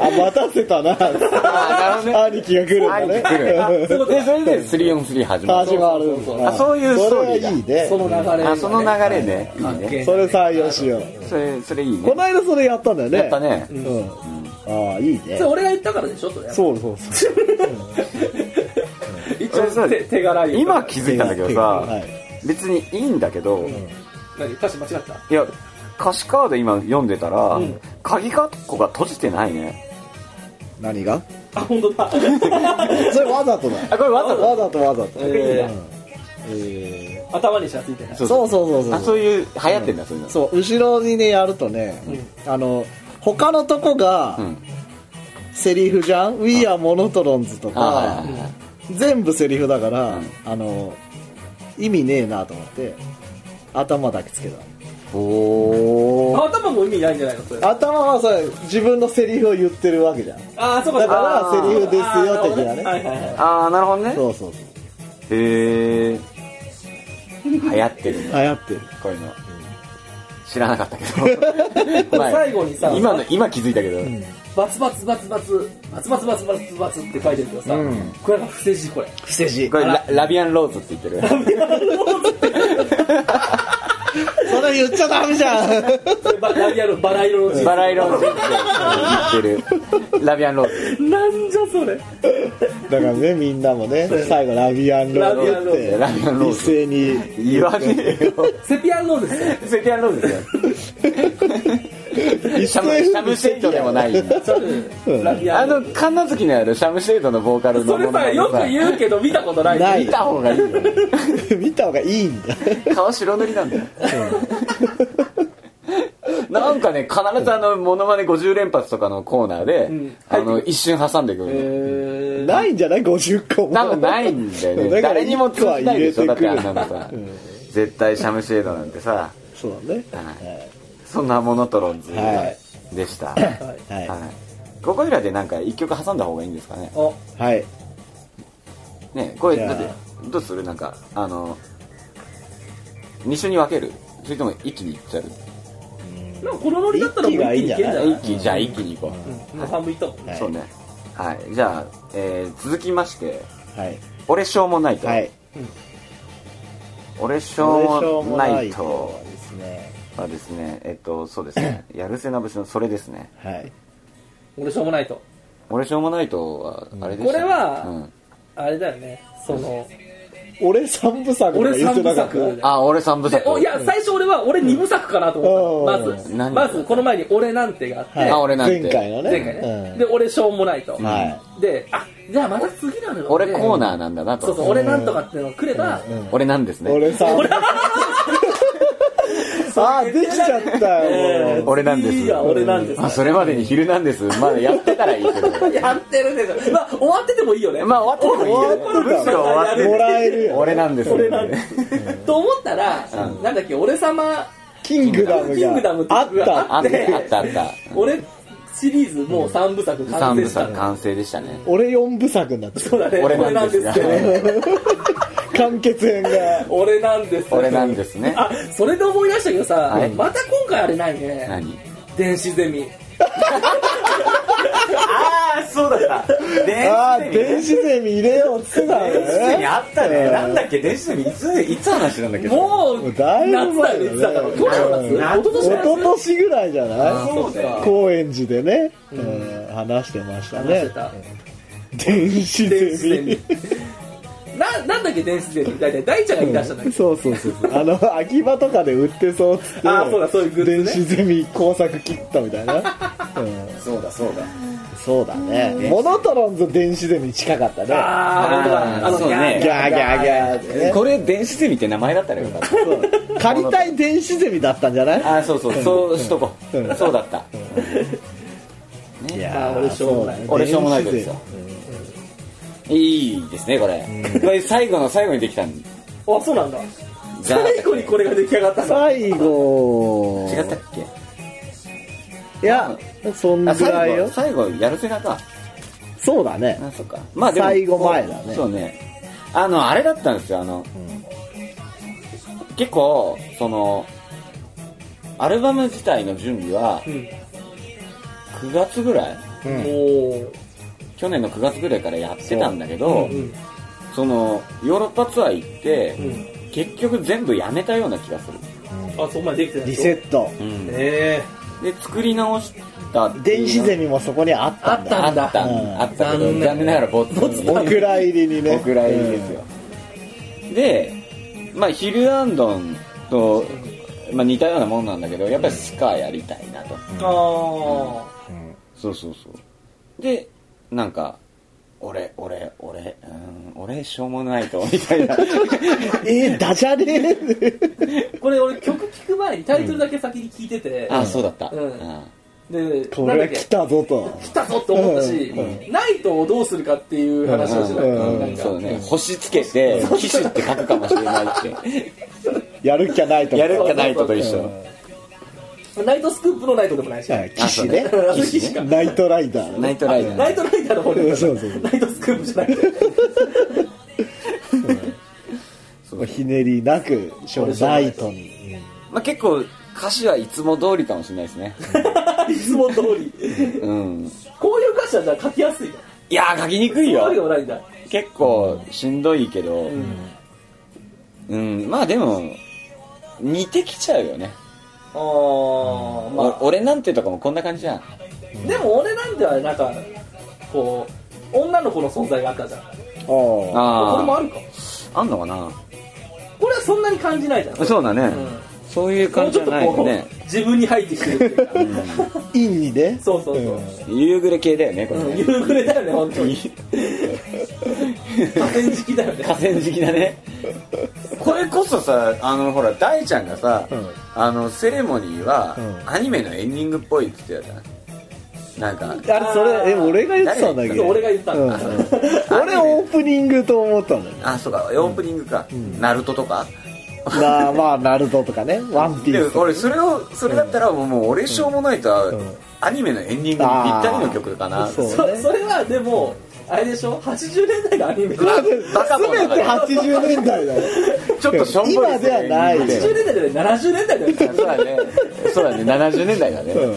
あ待たせたな
あーなるほどね
兄貴が来るんだね
兄貴来る
うん
そういうこと
でそれ で343始ま
始
る
まる
そうそうそう
うん
あそういうストーリーだ
それはいいね
その流れがね、
あその流れねいい
かっけえ
ね
な
それ採用しよう
それそれいいね
この間それやったんだよね
やったね
うんああいいね
それ俺が言ったからでしょそれ
そうそうそう
一応手手柄言うから
今気づいたんだけどさ
はい
別にいいんだけど
何歌詞間違った
いや歌詞カード今読んでたら、
ん
鍵カッコが閉じてないね。
何が
あ本当だ
それわざとだよ
あ、これわざと
わざとわざと、
え
うんえ
頭にしかついてない
そ
ー
う
そうそうそうそう
あ、そういう、流行ってんだ、そういうの。
そう後ろにねやるとね、あの他のとこが
うん。
セリフじゃん「We are Monotrons」と
あはい
か
はいはい
全部セリフだから、
うん
あの意味ねえなと思って頭だけつけた
おー。
頭も意味ないんじゃないのそれ
頭はさ自分のセリフを言ってるわけじゃんだ
ああそうか
か
そうから
あー
セリフですよ的な
はい
ね
はいはい
あー、なるほどね。
そうそうそう
へえ。流行ってるね。
流行ってる
こういうの。知らなかったけ ど。前
最後にさ
今の、今気づいたけど。
バツバツバツバツバツバツバツバツバツって書いてるけどさ、
ん
これが不正字これ
不正字
これラ、ラビアンローズって言ってる。
それ言っちゃダメ じゃん
それバライアルバラ色の字
バラ色の人生で言ってる。ラビアンローズ。
なんじゃそれ
だからねみんなもね最後ラビアンローズっ
ラビアンロード
て一 斉に
言わねえよ。
セピアンローズですね
セピアンローズだよ。
一
シャム、
斉
シ
に
ャムシェイドでもない。
ちょっとラビア
あ
ンロ
の
ー、
神奈月のやるシャムシェイドのボーカル
ズ
の
それ
モノマ
さ
ネ
よく言うけど見たことない
な
見た方がいいよ。
見た方がいいんだ
顔白塗りなんだよ。なんかね、必ずあの、モノマネ50連発とかのコーナーで、
ん
あの、一瞬挟んでく
え
る。
ー
ないんじゃない ?50 個も。
多分ないんだよね。
だから
誰にも通じないでしょ、
一個
だっ
は入
てあ
れ
ん
てく
なの
る
さ。絶対シャムシェイドなんてさ、
そうだね。
そんなモノトロンズ
は
でした。
はい
はい。は
はい、ここいらでなんか一曲挟んだ方がいいんですかね
あ
い。はい。
ねこれ
じゃ
だ
あ
ってどうするなんかあの2週に分けるそれとも一気にいっちゃう
なんかこのノリだったらもう一気にいけんじゃない
うん
一気じゃあ一気に行こう、
うんもう半分いったもん
はい
そうねはいじゃあ、えー続きまして
はい。
「俺しょうもないと」
はい。
俺し
ど
ょうもないと
ですね。」
はですねえっとそうですねやるせな節のそれですね
はい。
俺しょうもないと
「俺しょうもないと」はあれでしたね、
これは
うん、
あれだよねその
俺三部作とか
俺
言っ
三
てな
部
かった。
作
あ俺三部
で
作
おいや最初俺は俺二部作かなと思ったのま
う
ず
ん何
まずこの前に「俺なんて」があって、
はい
あ俺なんて
前回のね。
前回ね、で俺しょうもないと、
うん。は
であじゃあまた次なのよ
俺コーナーなんだなと
そうそう俺なんとかっていうのくれば、
い。うん
俺なんですね
俺三部作。あー、できちゃったよ。もう
俺なんです
いいや俺なんです、
あそれまでに「昼なんです」まだやってたらいいけど
やってるでしょまあ終わっててもいいよね、
まあ終わっててもいいよ、ね。
終わって
む
る
しろ終わって
もらえるよ。
俺なんです、
俺なんで。と思ったら、なんだっけ俺様
キングダム
キングダム
があった
あ
っ
ってた、あった、あった。
俺シリーズもう3部作
三
完成
部
した
作
の
完成でしたね。
俺四部作になってた
そうだね
俺なんですが
俺なんですよ
完結編が。
俺なんです
俺なんですね。
あそれで思い出したけどさ、
はい
また今回あれないね
何
電子ゼミ
ああ、そうだった。
あ
電
ー、電子ゼミ入れようっつってたのね。
あったね。なんだっけ、電子ゼミ、いつ、いつ話なんだっけ
も
も
う
うだいぶ
夏
前
だよ
だ
ね
よ
言
ね
ってたから去年の
夏
夏一昨年の
一
夏
昨年ぐらいじゃ
あ
な
ー
い
そうだよ
高円寺でね、うん話してました
話し
ね
てた
電子
電
ゼ
子ゼ
ミ
ミななんだっけ電子ゼミ大体大ちゃんが言い出したんだっけ
そうそうそうそうあの秋葉とかで売ってそうっつって
あーそうだそういうグッズね
電子ゼミ工作切ったみたい な、うん、
そうだ、そうだ。
そうだねモノトロンズ電子ゼミ近かったね
あー本当だあの
そうね
ギャーギャーギャーで ね
これ、電子ゼミって名前だったらよかった。
借りたい電子ゼミだったんじゃない
ああ、そうそう、そうしとこう。そうだった。
い
あー俺しょうもない
そだね
俺しょうもないですよ
電子ゼミ
いいですね、これ。これ、最後の最後にできたん
あそうなんだ
じゃなかった
最後にこれが出来上がったんだ
最後
違ったっけ
いやそん
あ
ぐらい
最
よ
後、最後、やるせなか。
そうだね
あそっかまあでも
最後前だね
そうねあのあれだったんですよあの、結構そのアルバム自体の準備は
うん
9月ぐらい
うん
おー
去年の9月ぐらいからやってたんだけど、
うん
そのヨーロッパツアー行って、
うん
結局全部やめたような気がする、
あそこまでできてない
リセット
え
で作り直したっていう
電子ゼミもそこにあったんだ
あったあった,、
うん
あったけど
残念
残念ながらボツに
お蔵入りにね
お蔵入りですよ、でまあヒルアンドンとまあ、似たようなもんなんだけどやっぱりスカーやりたいなと、
ああ
うん
そうそうそうでなんか俺俺俺うん俺しょうもないとみたい な
えー、ダジャレ
これ俺曲聴く前にタイトルだけ先に聞いてて、
あそうだった、
うん
あ
で
こ
なんだ
れ
っけ
来たぞと。
来たぞって思ったし、
う
ナイトをどうするかっていう話をしてた、
うん
な
うんん
か
そうだね星つけて「騎手」って書くかもしれないっ
やる気ゃない
て
と思
や
う。
るかないとと一緒
ナイトスクープのナイトでもないし、
はい騎士ね
あ。そうだね
騎士か
ナイトライダー。
ナイトライダー
ナイトライダーの方でもない
そうそうそう
ナイトスクープじゃなくて
ひねりなく、しょうナイトに。
まあ、結構歌詞はいつも通りかもしれないですね
いつも通り
うん
こういう歌詞はじゃあ書きやすい
いやー書きにくい
よそうで
よ
もないんだ
結構しんどいけど
う
うんん、まあでも似てきちゃうよね、
ああまあ
お俺なんてとかもこんな感じじゃん
でも俺なんてはなんかこう女の子の存在があったじゃん
ああ。
これも
あ
あるか
ああんのかな
これはそんなに感じないじゃん
そうだね、
うん
そういう
も
感
う
じ
ち
じ
ょっ
ゃ
と
ない
こ
よ
う、
ね
自分に入ってきてるっていうか、
陰にね。
そうそうそう、
ん
夕暮れ系だよねこれ
うん
ね
夕暮れだよね本当に河川敷だよね
河川敷だねこれこそさあのほら大ちゃんがさ、
うん
あのセレモニーは、
うん
アニメのエンディングっぽいって言ってたじゃんなんか
あれ、それ、え、俺が言ってたんだけ
誰
そ
ど。
う俺が言った
うんん
だ、
俺オープニングと思ったのよ。
あそうかオープニングか、ナルトとか
なあ、まあ、ナルトとかね。ワンピ
で
ースとか。
俺それをそれだったらもう,、もう俺しょうもないとは、
うん
アニメのエンディングにぴったりの曲かな
あーそう
そそれはでもあれでしょ80年代のアニメだ
あ
80
バカボンだ
全
か
て
ら
80年代だよ。
ちょっとしょんぼりする
今ではない
エンディングで
年代じゃない70年代だ よ
そうだねそうだね70年代だね、
う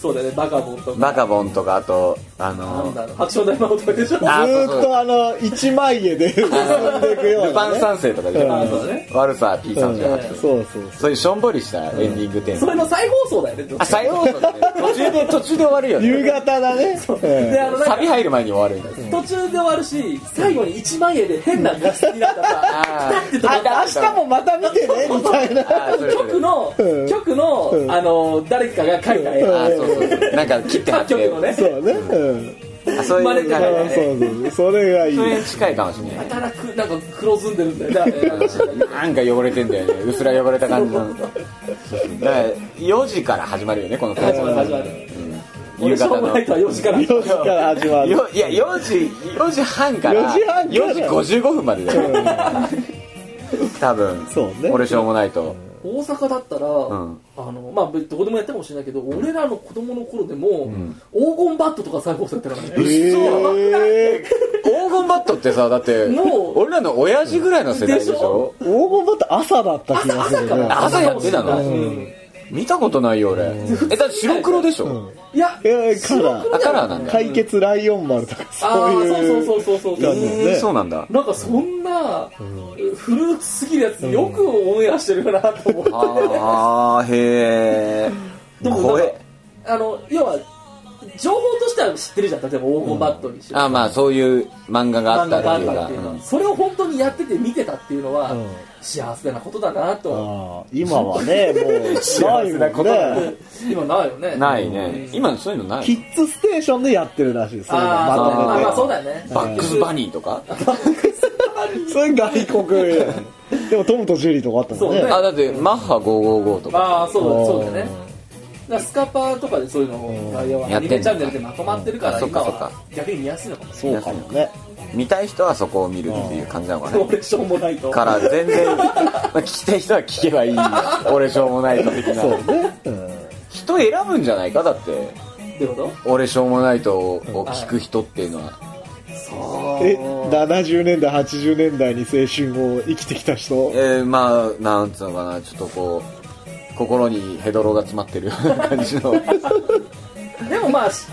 そうだよねバカボンとか
バカボンとかあとあ
な
の
んだろう白鳥大魔王とかでしょ
あ
ん、ずーっとあの一枚絵で進んでいくような、ね、
ルパン三世とかでし
うん
ょ
あそうだね
悪さ P38
うん
とか、
そうそう
そういうしょんぼりしたエンディングテー
そ
マ、
れの再放送だよねでも
あ最後だね途中 で途中で終わるよ
夕
ね
方だねう
であのなん
サ
か
ビ入る前に終わるんだよ
途中で終わるし最後に1万円で変な画質になったさ
あー
ピタッて止
あ明日もまた見てねみたいな
あーそれそれ
局の
うん
局の
うん
あの誰かが描いた絵
あーそうそうそうなんか切って貼っ
各
て
局のね
そうねうん
あそういう感
そ
だ
じ
から
だ
う
ね
そうそうそれがいい
それに近いかもしれない
働くなんか黒ずんでるんだよだからね
なんか汚れてんだよねうすら汚れた感じのだから4時から始まるよねこの
始まる始まる俺しょうもないとは4時から
4時から始まる
よいや4時4時半から
4時半から
4時55分までだよ多分
そうね
俺しょうもないと
大阪だったら、
ん
あのまあどこでもやってるかもしれないけど、俺らの子供の頃でも、
ん
黄金バットとか最高さやったからね、
えー、
黄金バットってさだって
もう
俺らの親父ぐらいの世代でし
でし
ょ
ょ
黄金バット 朝だった気
朝
がす
朝
る
か
ね
ら
朝やってたの
うん
見たことないよ俺えだって白黒でしょ、
いや
えーカラー
あカラーなんだ
解決ライオン丸とか
あ
そ
あ
う
そう
いう
そうそうそうそう、
いやね
えーそうなんだ
なんかそんな、古すぎるやつよくオンエアしてるなと思って、
ああへえ
でもなんか
怖え
あの要は情報としては知ってるじゃん例えば黄金バットにしろ、
あまあそういう漫画があ
漫
っ
画が
た
あ
っ
って
いう
た
か
っていうの
う
は、
ん
それを本当にやってて見てたっていうのは、
うん
幸せなことだなとは
あー今はねもうない
な
も
こ
ん
とだ
ね
今ないよね
ないね今そういうのな
キ
い
ッズステーションでやってるらしいです。そういうの
あーまあま
ま
あ
と
まあそう
め
だよね
バックスバニーとか
て。それ外国。でもトムとジェリーとかあったもんね。
そうね
あだってマッハ555とか
ああそう
あー
そうだよねだからスカパーとかでそういうのが要は
や
ア
って
ニ
んの
メチャンネルでまとまってるから
そっか
今
そっか
は逆に見やすいのかもし
そうかもね。
見たい人はそこを見るっていう感じなのか
れない
ね
俺しょうもないと
から全然、まあ、聞きたい人は聞けばいい俺しょうもないと的な
そうね。うん
人選ぶんじゃないかだって
ってこと
俺しょうもないとを聞く人っていうのは
そう
え、70年代、80年代に青春を生きてきた人
え。ー、まあなんつうのかなちょっとこう心にヘドロが詰まってるような感じの、
でもまあし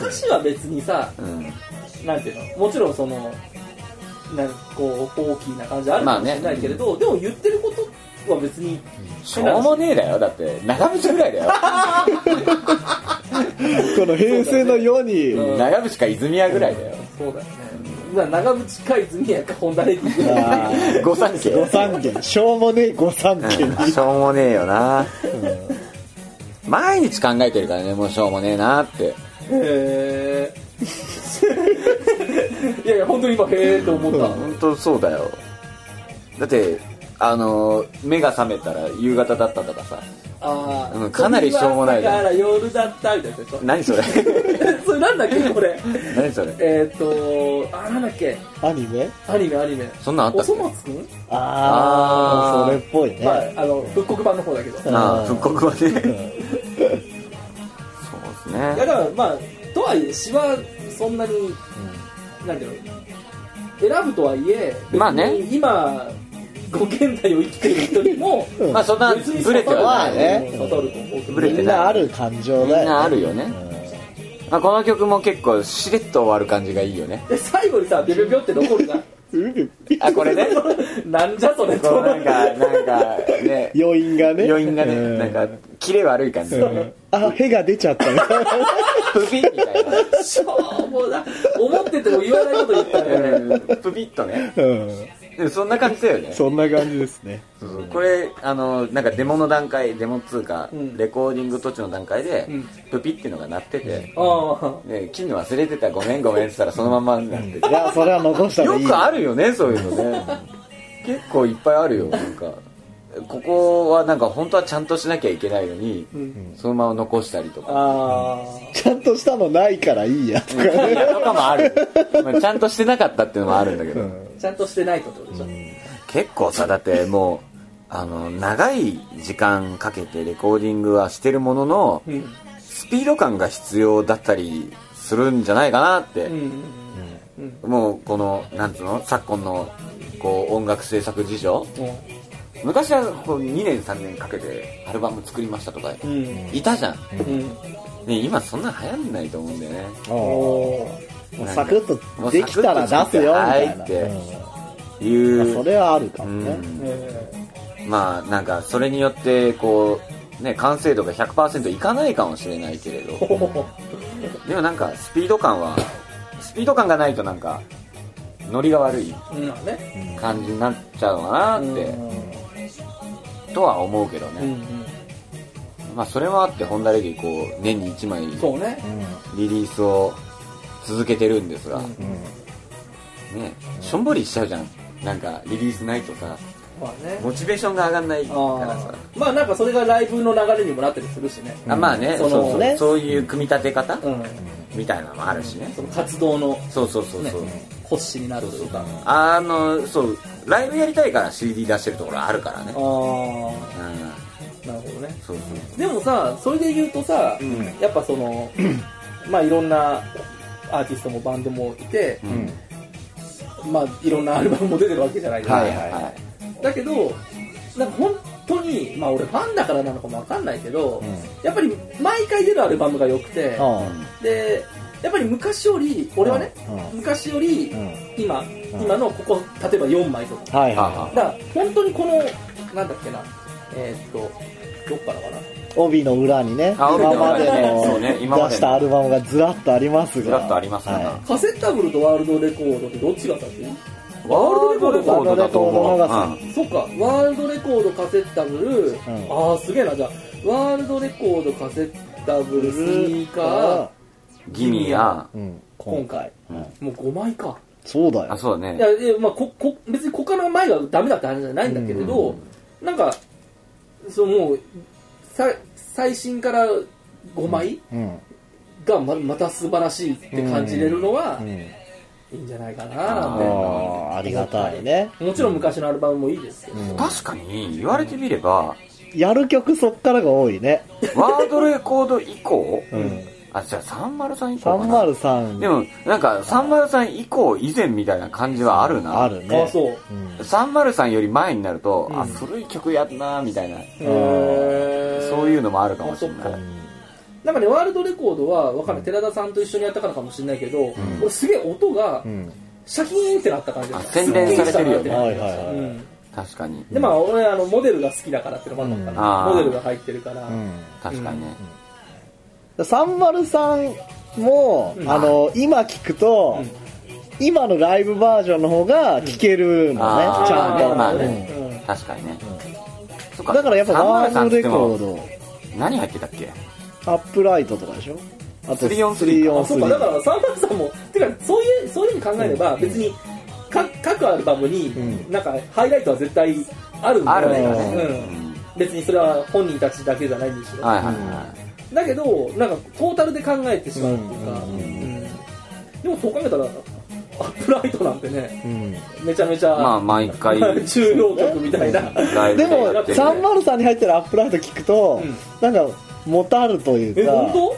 歌詞は別にさ
うん、
なんていうのもちろんそのなんかこう大きな感じあるかもしれないけれど、でも言ってることは別に
しょうもねえだよだって長渕ぐらいだよ
この平成の世に。
うん
長渕か泉谷ぐらいだよ
そうだよねな長渕海津宮か本田レディーぐらい
あ ー
御三家
御三家しょうもねえ御三家に
うんしょうもねえよな、毎日考えてるからねもうしょうもねえなって
へえ いやいや本当に今へえと思った、
本当そうだよだってあの目が覚めたら夕方だったとかさ
ああ、
うんかなりしょうもない
だから夜だったみたいなやつでしょ
何それ
それなんだっけこれ
何それ
えっ、ー、とあなんだっけ
アニメ
アニメアニメ
そんなんあった
お
っけ
そ松くん、
あ
あ
あ
ー
それっぽいね、
まああの復刻版の方だけど、い
ああ復刻はねそう
うん
です
やだ
ね
からまあとはいえ詩はそんなになんていうの選ぶとはいえ
まあね
別に今ご現代を生きている人にも
うん
まあそんな
別に
ブレてはないね
ね
刺さると思うけど
ブレて
みんなある感情
みん
だよ、ね、
なあるよね、まあ、この曲も結構しれっと終わる感じがいいよね
で最後にさビョビョビョって残るな
うん
あこ れね
なんじゃそれ
こうなんかなんかね
余韻がね
余韻がね、
うん
なんかキレ悪い感じ、
うんあ屁が出ちゃったみたい な
プピッみたいな
しょうもな思ってても言わないこと言ったね
うんプピッとね
うん
でもそんな感じだよね
そんな感じですね
そうそうこれあのなんかデモの段階デモっつうか、
ん
レコーディング途中の段階で、
うん
プピっていうのが鳴ってて、
あ
で切るの忘れてたごめんごめんって言ったらそのままになってて
いやそれは残したら
よ
いい
くあるよねそういうのね結構いっぱいあるよなんかここはなんか本当はちゃんとしなきゃいけないのに、
ん
そのまま残したりと
あ
か
あ
ちゃんとしたのないからいいやとか
いやとかもある、まあちゃんとしてなかったっていうのもあるんだけど、
あちゃんとしてないとってことでしょ、
結構さだってもうあの長い時間かけてレコーディングはしてるものの、
うん
スピード感が必要だったりするんじゃないかなって、
うん
もうこのなんつうの昨今のこう音楽制作事情
も
昔はこう2年3年かけてアルバム作りましたとか
ううん
いたじゃん、
うん
ね、今そんな流行んないと思うんだよね
もうサクッとできたら出すよみたいな、
もうサクッと作ってはい
うん
いう、
まあそれはあるか
う
もね、
ん
え
まあなんかそれによってこうね完成度が100%いかないかもしれないけれ ど
ー
でもなんかスピード感はスピード感がないとなんかノリが悪い
うんまあね
感じになっちゃうのかなってとは思うけど
うん
ね、まあそれもあってホンダレディこう年に1枚
うんそうね
リリースを続けてるんですが、
うん
うん
ねしょんぼりしちゃうじゃんなんかリリースないとさ
まあね
モチベーションが上がんないか
あ
らさ
ーまあなんかそれがライブの流れにもなったりするしね
あまあね
そ
そ
の
うそう
ね
そういう組み立て方、
うん
みたいなのもあるしね、
その活動の
そうそうそうそう、
ね骨子になるというか
あのそうライブやりたいから CD 出してるところあるからねう
ああ
ん
なるほどね
そうそう
でもさそれで言うとさ、
ん
やっぱそのまあいろんなアーティストもバンドもいて、
うん
まあいろんなアルバムも出てるわけじゃないですか、
はいはい
だけどなんか本当にまあ俺ファンだからなのかもわかんないけど、
うん
やっぱり毎回出るアルバムが良くて、でやっぱり昔より俺はね、
う
昔より
うん
今、今のここ例えば4枚とか
はいはい
は
は
だから本当にこのなんだっけなえーっとどっからかない
帯の裏にね
あ帯
今
の
ま
裏
で
にそうね今まで
の
の
出したアルバムがずらっとありますが
ずらっとありますが
はい
カセッタブルとワールドレコードってどっちが先
ワールドレコードだと思う
ワールドレコードの方が
そっか、ワールドレコードカセッタブル、ああ、すげえな、じゃあ、ワールドレコードカセッタブル、スニーカー、
うんギミや
うん
今回。
うん
もう5枚か。
そうだ
あ
よ
そうだ
い
ね
や、でまあ、ここ別に他の前がダメだって話じゃないんだけれど、なんか、そうもうさ、最新から5枚
うん
がままた素晴らしいって感じれるのは
う、ん
いいんじゃないかな
あ
なんて
ーありがたいね
もちろん昔のアルバムもいいですけど、
うん
確かに言われてみれば
やる曲そっからが多いね
ワールドレコード以降
うん
あじゃあ303以降かなで
303
もなんか303以降以前みたいな感じはあるな
あるね
あそう
うん
303より前になると、
うん
あ古い曲やったなみたいな、
へー
そういうのもあるかもしれな
あそ
い
っかなんかね、ワールドレコードは、わかんない、寺田さんと一緒にやったからかもしれないけど、俺すげえ音が
う、ん
シャキーンってなった感じ
あ洗練されてるよね
すっきりしたなって
はいはいはい
うん
確かに
で、まあ、俺、あの、モデルが好きだからっていうのもあったのかな。
うん
モデルが入ってるから。
うん
確かにね、
303も、
うん
あの今聞くと、
うん
今のライブバージョンの方が聴けるのね、
あー
ちゃんと、
まあ
うん
ね確かにね、そっ
だからやっぱワールドレ
303っ
コー
つって
ド
も何入ってたっけ
アップライトとかでしょあと
343
あそうかだか
343
らサンマルさんもてかそういうそういうふうに考えれば別にか各アルバムに
ん
なんかハイライトは絶対あるんだ
ある
よ
ね
ん
が
だ
ね、
うん別にそれは本人たちだけじゃないんですよ
はいはいはい、
だけどなんかトータルで考えてしまうっていうか、
うんうん
うんでもそう考えたらアップライトなんてね
うん
めちゃめちゃ、
まあ 毎回
重要曲みたいな、
ライブ
で
で
も
やってるね
303に入ってるアップライト聞くと、なんかもたるという
え
か
本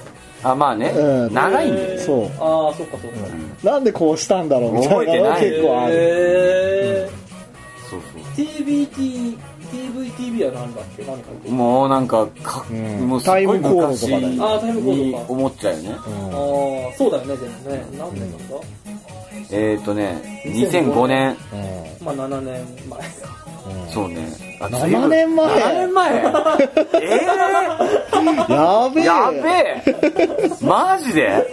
あまあね、
うん
長いんだよ
当
ね
そう
ああそっかそっか、
なんでこうしたんだろうみたいなのが
覚えてない
結構ある、
へ
そう
ー TBT TVTV は何だっけ何書いて
そう
る
もうなんかか、
うん
もうすっごい昔
タイムコードと
かだよあタイムコード
に
か
思っちゃうよね
うん
ああそうだよねでもね何年なんだ
えっ、ー、とね2005年
う
まあ7年
ん
前
うん
そうねあ
7年前
7年前え
や
え
べえ
やべえマジで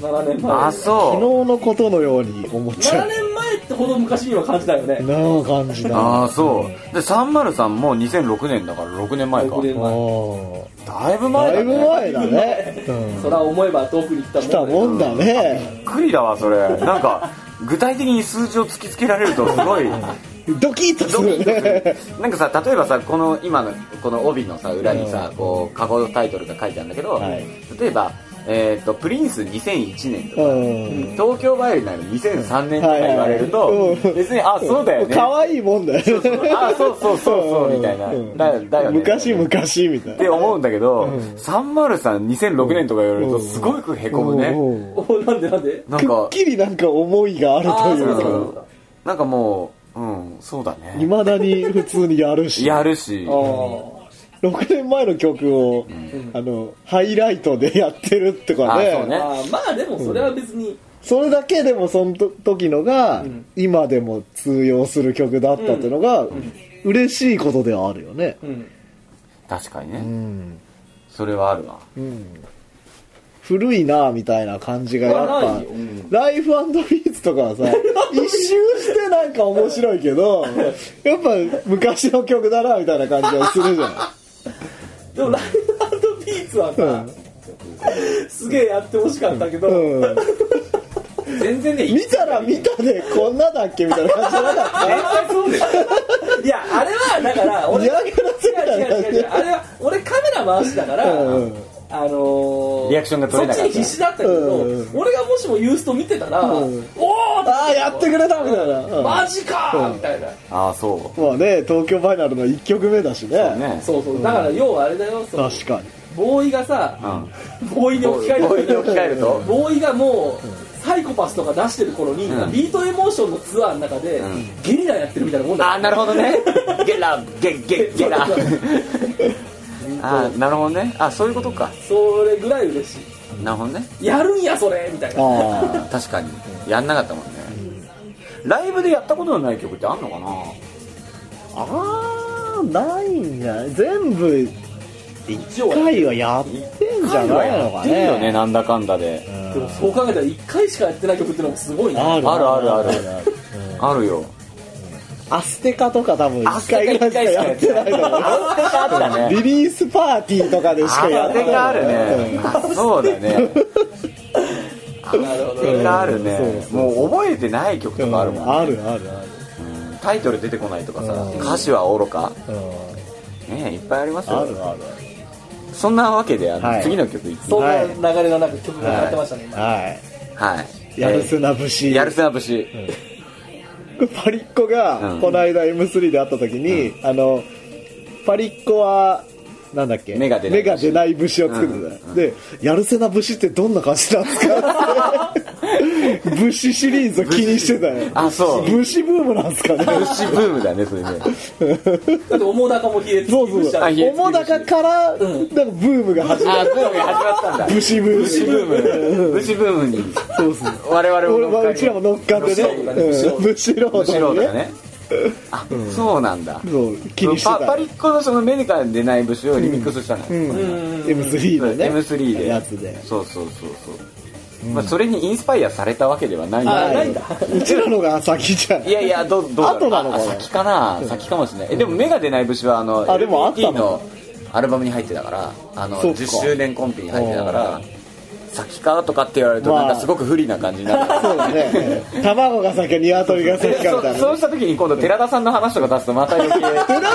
7年前
あ
昨日
そう
のことのように思っちゃ
7
う
年前ってほど昔には感じだよね
なあ感じだ
ああそうで303も2006年だから6年前か
6年前
お
だいぶ
ーだ
前だ
いぶ
ね
前だね、うん、
そら思えば遠くに来
来
た
た
もんだよ
もんだね、
びっくりだわそれなんか具体的に数字を突きつけられるとすごい
ドキッとす
ドキ
る
ッ
ね
とするなんかさ例えばさこの今のこの帯のさ裏にさこう過去のタイトルが書いてあるんだけど、
はい
例えば、えーと「プリンス2001年」とか
うん
「東京バイオリン」なの2003年とか言われると、
はいはいはいうん
別に「あそうだよね」
可愛いもんだよね
あそうそうそうそう」みたいな、
うん
だだよね
昔
っ
昔みたい
て
な
思うんだけど、
うん
3032006年とか言われるとすごくへこむね、
うんうん
お なんでなんで
なん
く
か
っきりなんか思いがある
あ
と
あそ
いう
か
う
そ
か
うかそうか
なんかもううんそうだね
いまだに普通にやるし
やるし
ああ
6年前の曲を、あのハイライトでやってるとかね
あそうね
ああまあでもそれは別に、
それだけでもそのと時のが、
ん
今でも通用する曲だったっていうのが、嬉しいことではあるよね
うん、
確かにね、
うん、
それはあるわ
うん、古いなみたいな感じがやっ
まあな
ぱ
いよ
ライフビーツとかはさ一周してなんか面白いけどやっぱ昔の曲だなみたいな感じはするじゃん
でもライブビーツはさ、すげえやってほしかったけど、
うん、
全然ね
見たら見たでこんなだっけみたいな感じじゃなかっ
そうです
いやあれはだから
た
俺
嫌
違
がらせみ
う
たいな
違う
感
違う
じ
違うあれは俺カメラ回しだから、
うんうん
あのー、
リアクションが取れなかった
そっちに必死だったけど、
うんうん
俺がもしもユースト見てたら、
うん
おお
ああやってくれたみたいな、うん
マジかー、みたいな
ああそ
まあね東京ファイナルの1曲目だしね
うね
そうそうだから要はあれだよその
確かに
ボーイがさ、
うん
ボーイに置き換え
ボーイに
る
置き換えると
ボーイがもう、サイコパスとか出してる頃に、
うん
ビートエモーションのツアーの中で、
ん
ゲリラやってるみたいなもんだ
ああなるほどねゲラゲゲゲラ ああなるほどねあそういうことか
それぐらい嬉し
なるほどね
いやるんやそれみたいな
あ
確かにやんなかったもんねライブでやったことのない曲ってあんのかな
ああーないんじゃない全部
一応
1回はやってんじゃないのか
やってるよ
ね
ねなんだかんだで
でもそう考えたら1回しかやってない曲ってのもすごいな
ある
あるあるある
うん
あるよ
アステカとか多分1回ぐらいしかやってないのか
アステカあったね
な リリースパーティーとかでしかや
ア
っ
ステ
てない
カあるねあそうだね
なるほど
それ
ね
があるね
そうそうそう
もう覚えてない曲
う
と
ん
かあるもん、ね
あるあるある
タイトル出てこないとかさ、
うん
歌詞はおろか
うん
ねえいっぱいありますよ
あるある
そんなわけであの、
はい
次の曲いき
そん
は
な流れの中曲が流れてましたね、今
はいやるせな節
やるせな節、
パリッコが
うん
この間 M3 で会った時に、あのパリッコはなんだっけ
目が出ない
目が出ない節を作るんだ、でやるせな節ってどんな感じなんですか って節シリーズを気にしてたよ
あそう
節ブームなんですかね
節ブームだねそれね
だって思う高も冷えて
そうそうそう
あ冷え
面高からなんかブームが始ま
あ
る
ブームが始まったんだ
節ブーム
節ブーム節ブームに
そうそう
我々も
俺
乗っ
は
かり
うちらも乗っかってね
節ロードだね
節ロ
むしろ
ード
だ
にね
ねあ、そうなんだ
そう気にして
パ
た
パリッコのそのメディカ出ない節をリミックスしたのよ、
うん M3 でね
M3 で
やつで
そうそうそうそうまあ、それにインスパイアされたわけではない
あないんだ
うちらのが先じゃん
いやいや、どう、どうだろう
後なのか
あ
な
先かな先かもしれない。え、でも、目が出ない節は、あの、
あでもあったの
LPT のアルバムに入ってたから、あの、
そっか
10周年コンピに入ってたから、先かとかって言われると、
まあ
なんかすごく不利な感じになる。
そうだね卵が先か鶏が先かみたい
そ
な
そうした時に今度寺田さんの話とか出すとまた 余計
寺田さんはだ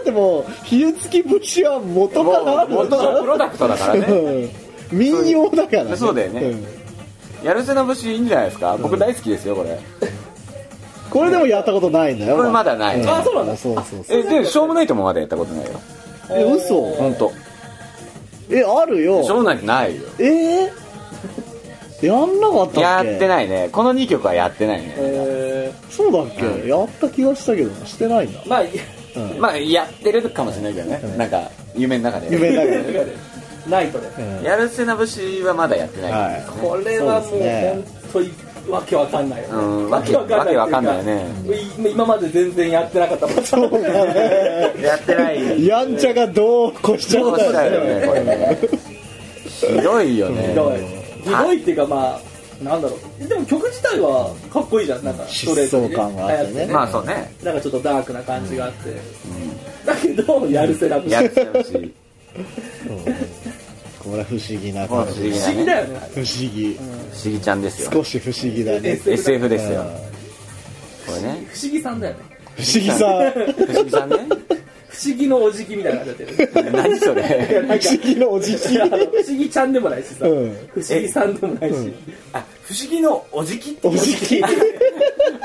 ってもう火付き節は元か
も
らあ
う
るでし
元のプロダクトだからね
うん民謡だからね
そうだよね
ん
やるせな節いいんじゃないですか僕大好きですよこれ
これでもやったことないんだよ
これまだない
あそうなんだ
そうそうそう
えでしょうもないともまだやったことないよ
え嘘
本当。
えある
しょう
よ
もないってないよ
えー、やんなかったっけ
やってないねこの2曲はやってないね
え
そうだっけ、
うん
やった気がしたけどしてないんだ
ー、まあいや
うん
まあやってるかもしれないけどねなんか夢の中で
夢だけど、
ないとね
うん
やるせな節はまだやってない、
はい
これはも
そう
う
で
本当にわけわかんないよね、
うんわけわけわかんないよね
い今まで全然やってなかったもん
そうだね
やってない
やんちゃがどうこうしちゃ
ど
っ
う
た
し
ん
た
だ
よ
よ
ねこれねひどいよね
ひどいひどいっていうかまあなんだろうでも曲自体はかっこいいじゃんなんかストレートに
疾走感があってね
速く
まあそうね、
なんかちょっとダークな感じがあって、だけどやるせなく
うん、
て
やるせな節
これは不思議な
まあ
感
不
じ
思議
不
な
思議
ね
だよね
不思議
不思議ちゃんですよ
少し不思議だね
SF
SF ですよ
うん
これね
不思議さんだよね
不思議さ
不思議さんね
不思議のおじきみたいな感じだ ってる
何そ
いや
れ
なん か
不思議のおじき
いやあの不思議ちゃんでもないしさ、
うん
不思議さんでもないし、
あ不思議のおじきって
おじき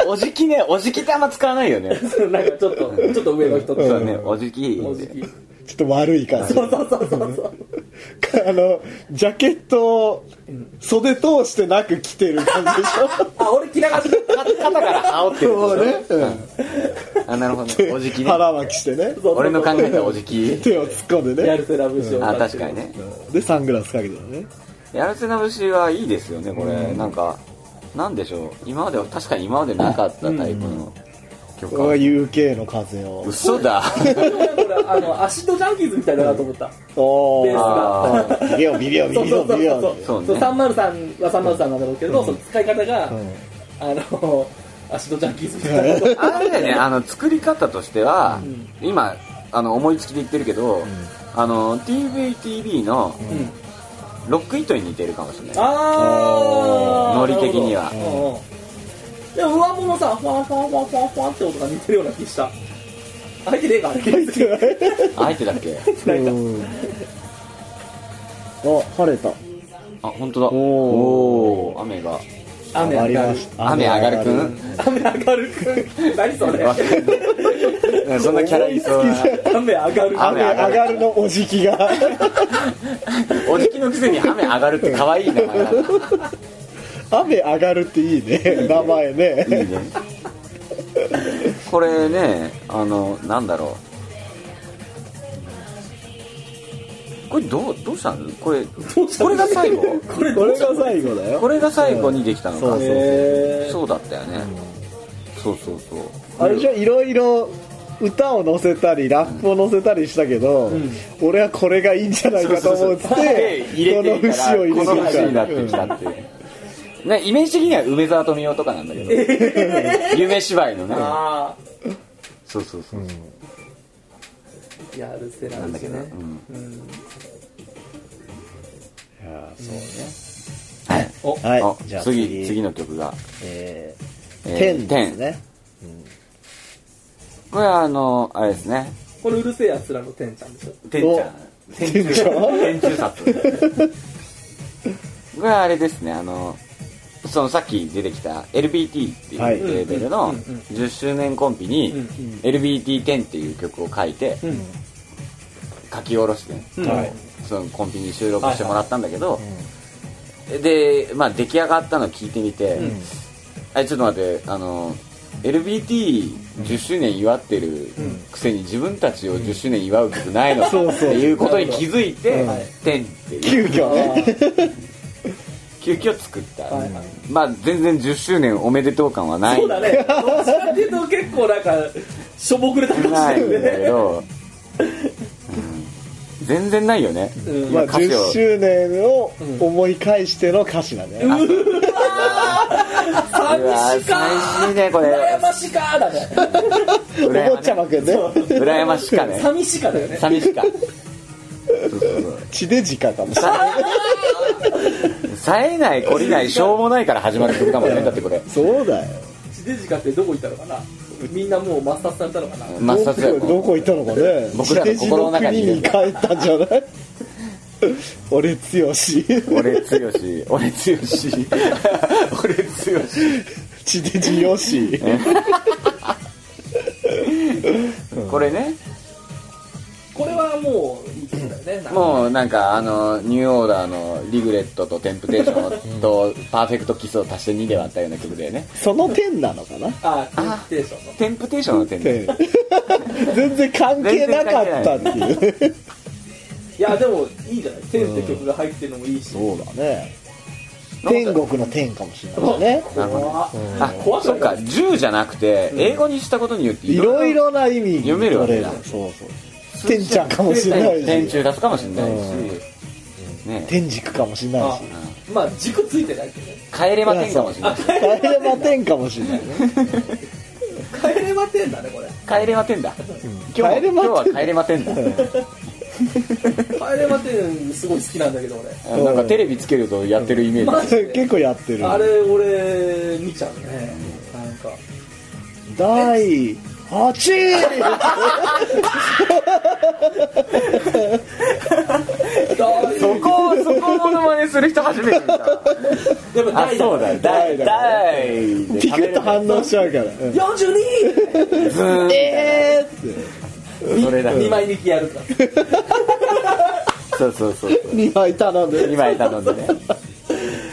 おじきねおじきってあんま使わないよね
そのなんかちょっとちょっと上の人って
そ
さ
うねおじき
おじき
ちょっと悪い感じ
そうそうそうそうそう
あのジャケットを袖通してなく着てる感じでし
あ俺着なかった
か肩から煽ってる
ょ もうね、
あなるほど
う
ね
ん、
おじきね
腹巻きしてね
俺の考えたおじき
手を突っ込んで
や
ね
るせラブショー
あ確かにね
でサングラスかけてるね
やるせな節はいいですよねこれ、なんかなんでしょう今までは確かに今までなかったタイプの曲
こ
か
れは UK の風を
嘘だ
これあのアシッドジャンキーズみたいだなと思った
お
ベース
が
ービビオビビオビ
そ
ビ
うそ
オ
うそ
ビビ
うそう
オ
そうね
そう303は303なんだろうけど、その使い方が、
ん
あのアシッドジャンキーズみたいな
あれだよねあの作り方としては、今あの思いつきで言ってるけど、あの TVTV の
ん
ロックイントに似てるかもしれない、
ああ
ノリ的には
でも上物もさファンファンファンファンファンって音が似てるような気した入ってねえか入ってね
あ入ってたっけ
えか
うんあ晴れた
あ本当だ
お
おー雨が
雨上がる
雨上がるくん
雨上がるくん何それ
わかんないそんなキャラいそうな
雨上がるくん
雨
雨上がるのおじきが
おじきのくせに雨上がるって可愛い名前だな
雨上がるっていいね名前ね
いいね これねあのなんだろうこれどうどうしたのこれ
どうした
これが最後
これ
これが最後だよ
これが最後にできたの
そ
か
うそう
え
そうだったよねそうそうそう
あれじゃいろいろ歌を載せたりラップを載せたりしたけど、俺はこれがいいんじゃないかと
そ
思っ
うそうそう
て
で入れて
こ
みた
の節
ら
を入れ
こ
て
の節になって
み
き
た
たっていうねイメージ的には梅沢富美男とかなんだけど夢芝居のね
あ
そうそうそう
あやるせな
なんん
で
だけ
すよ
どう
ね
ん
うん
いやそう
はい
お
はい
あ
じゃあ次
次次の曲が
えー
えー
天ですね、
これはあのあれですね
これうるせえやつらのてんちゃんでしょ
天
お
ちゃん
天ちゃん
天中殺これはあれですねあのそのさっき出てきた LBT っていう
はい
レーベルの10周年コンピに
うんうん
LBT10 っていう曲を書いて
うん
書き下ろしてね
うん
はい
そのコンピに収録してもらったんだけどでまあ出来上がったのを聞いてみて
ん
あちょっと待ってあの LBT10 周年祝ってるくせに自分たちを10周年祝う曲ないのか
そう
って
そう
いうことに気づいて
はい
「10」っていう
急遽ね
急遽作った、
はいはい
まあ全然10周年おめでとう感はない
そうだねどっちかっていうと結 構なんかしょぼくれた感じ
な
だ
いんだけ
よね
ど全然ないよね、
うん
まあ、
歌詞を
10周年を思い返しての歌詞なんだよね、
うわ
寂しか
寂しいねこれ
羨ましかー だね
うらや
お
ま
坊ちゃまくんね
羨ましかね
寂しかだよね
寂しか
地デジカかもしれない
冴えない懲りないしょうもないから始まる曲だもんねだってこれ
そうだよ
地デジカってどこ行ったのかなみんなもう抹殺されたのかな
抹殺だよ
どこどこ行ったのかね
僕らの心の中にいる
地デジの国に帰ったんじ ゃない俺強し
俺つよし俺つよし 俺つよし
地デジよし
これね
これはもういい曲だよねなんか
もうなんかあのニューオーダーの「リグレット」と「テンプテーション」と「パーフェクトキス」を足して2で割ったような曲だよね
その点なのかな
あテンプテーションの
テンプテーションの点
点全然関係なかったっていう
いやでもいいんじゃない「天」って曲が入ってるのもいいし
そうだね天国の天かもしれないね
なるほど
怖っ
あ
怖く
そ
な
っか
い
10じゃなくて英語にしたことによって
いろいろな意味
読めるわけだ
取れそうそう天ちゃんかもしれない
天
し
中出すかもしれないしね
天軸かもしれない
あ
し
まあ軸ついてないけどね
帰れば天かもし れないし
帰れば天かもしれないね
帰れば天だねこれ
帰れま天だ今
帰
日
れ
今
ば
日は帰れま天だ
帰れば天すごい好きなんだけど俺
なんかテレビつけるとやってるイメー
マ
ジ
ジで
結構やってる
あれ俺見ちゃうねなんか
第8位
そこをそこをモノマネする人初めて見た
やっぱ
あ
大
そうだ大大
ピクッと反応しちゃうから、うん
42
ズーン
えーって
それだ
二枚抜きやるから
そうそうそうそう
2枚頼んで
2枚頼んでね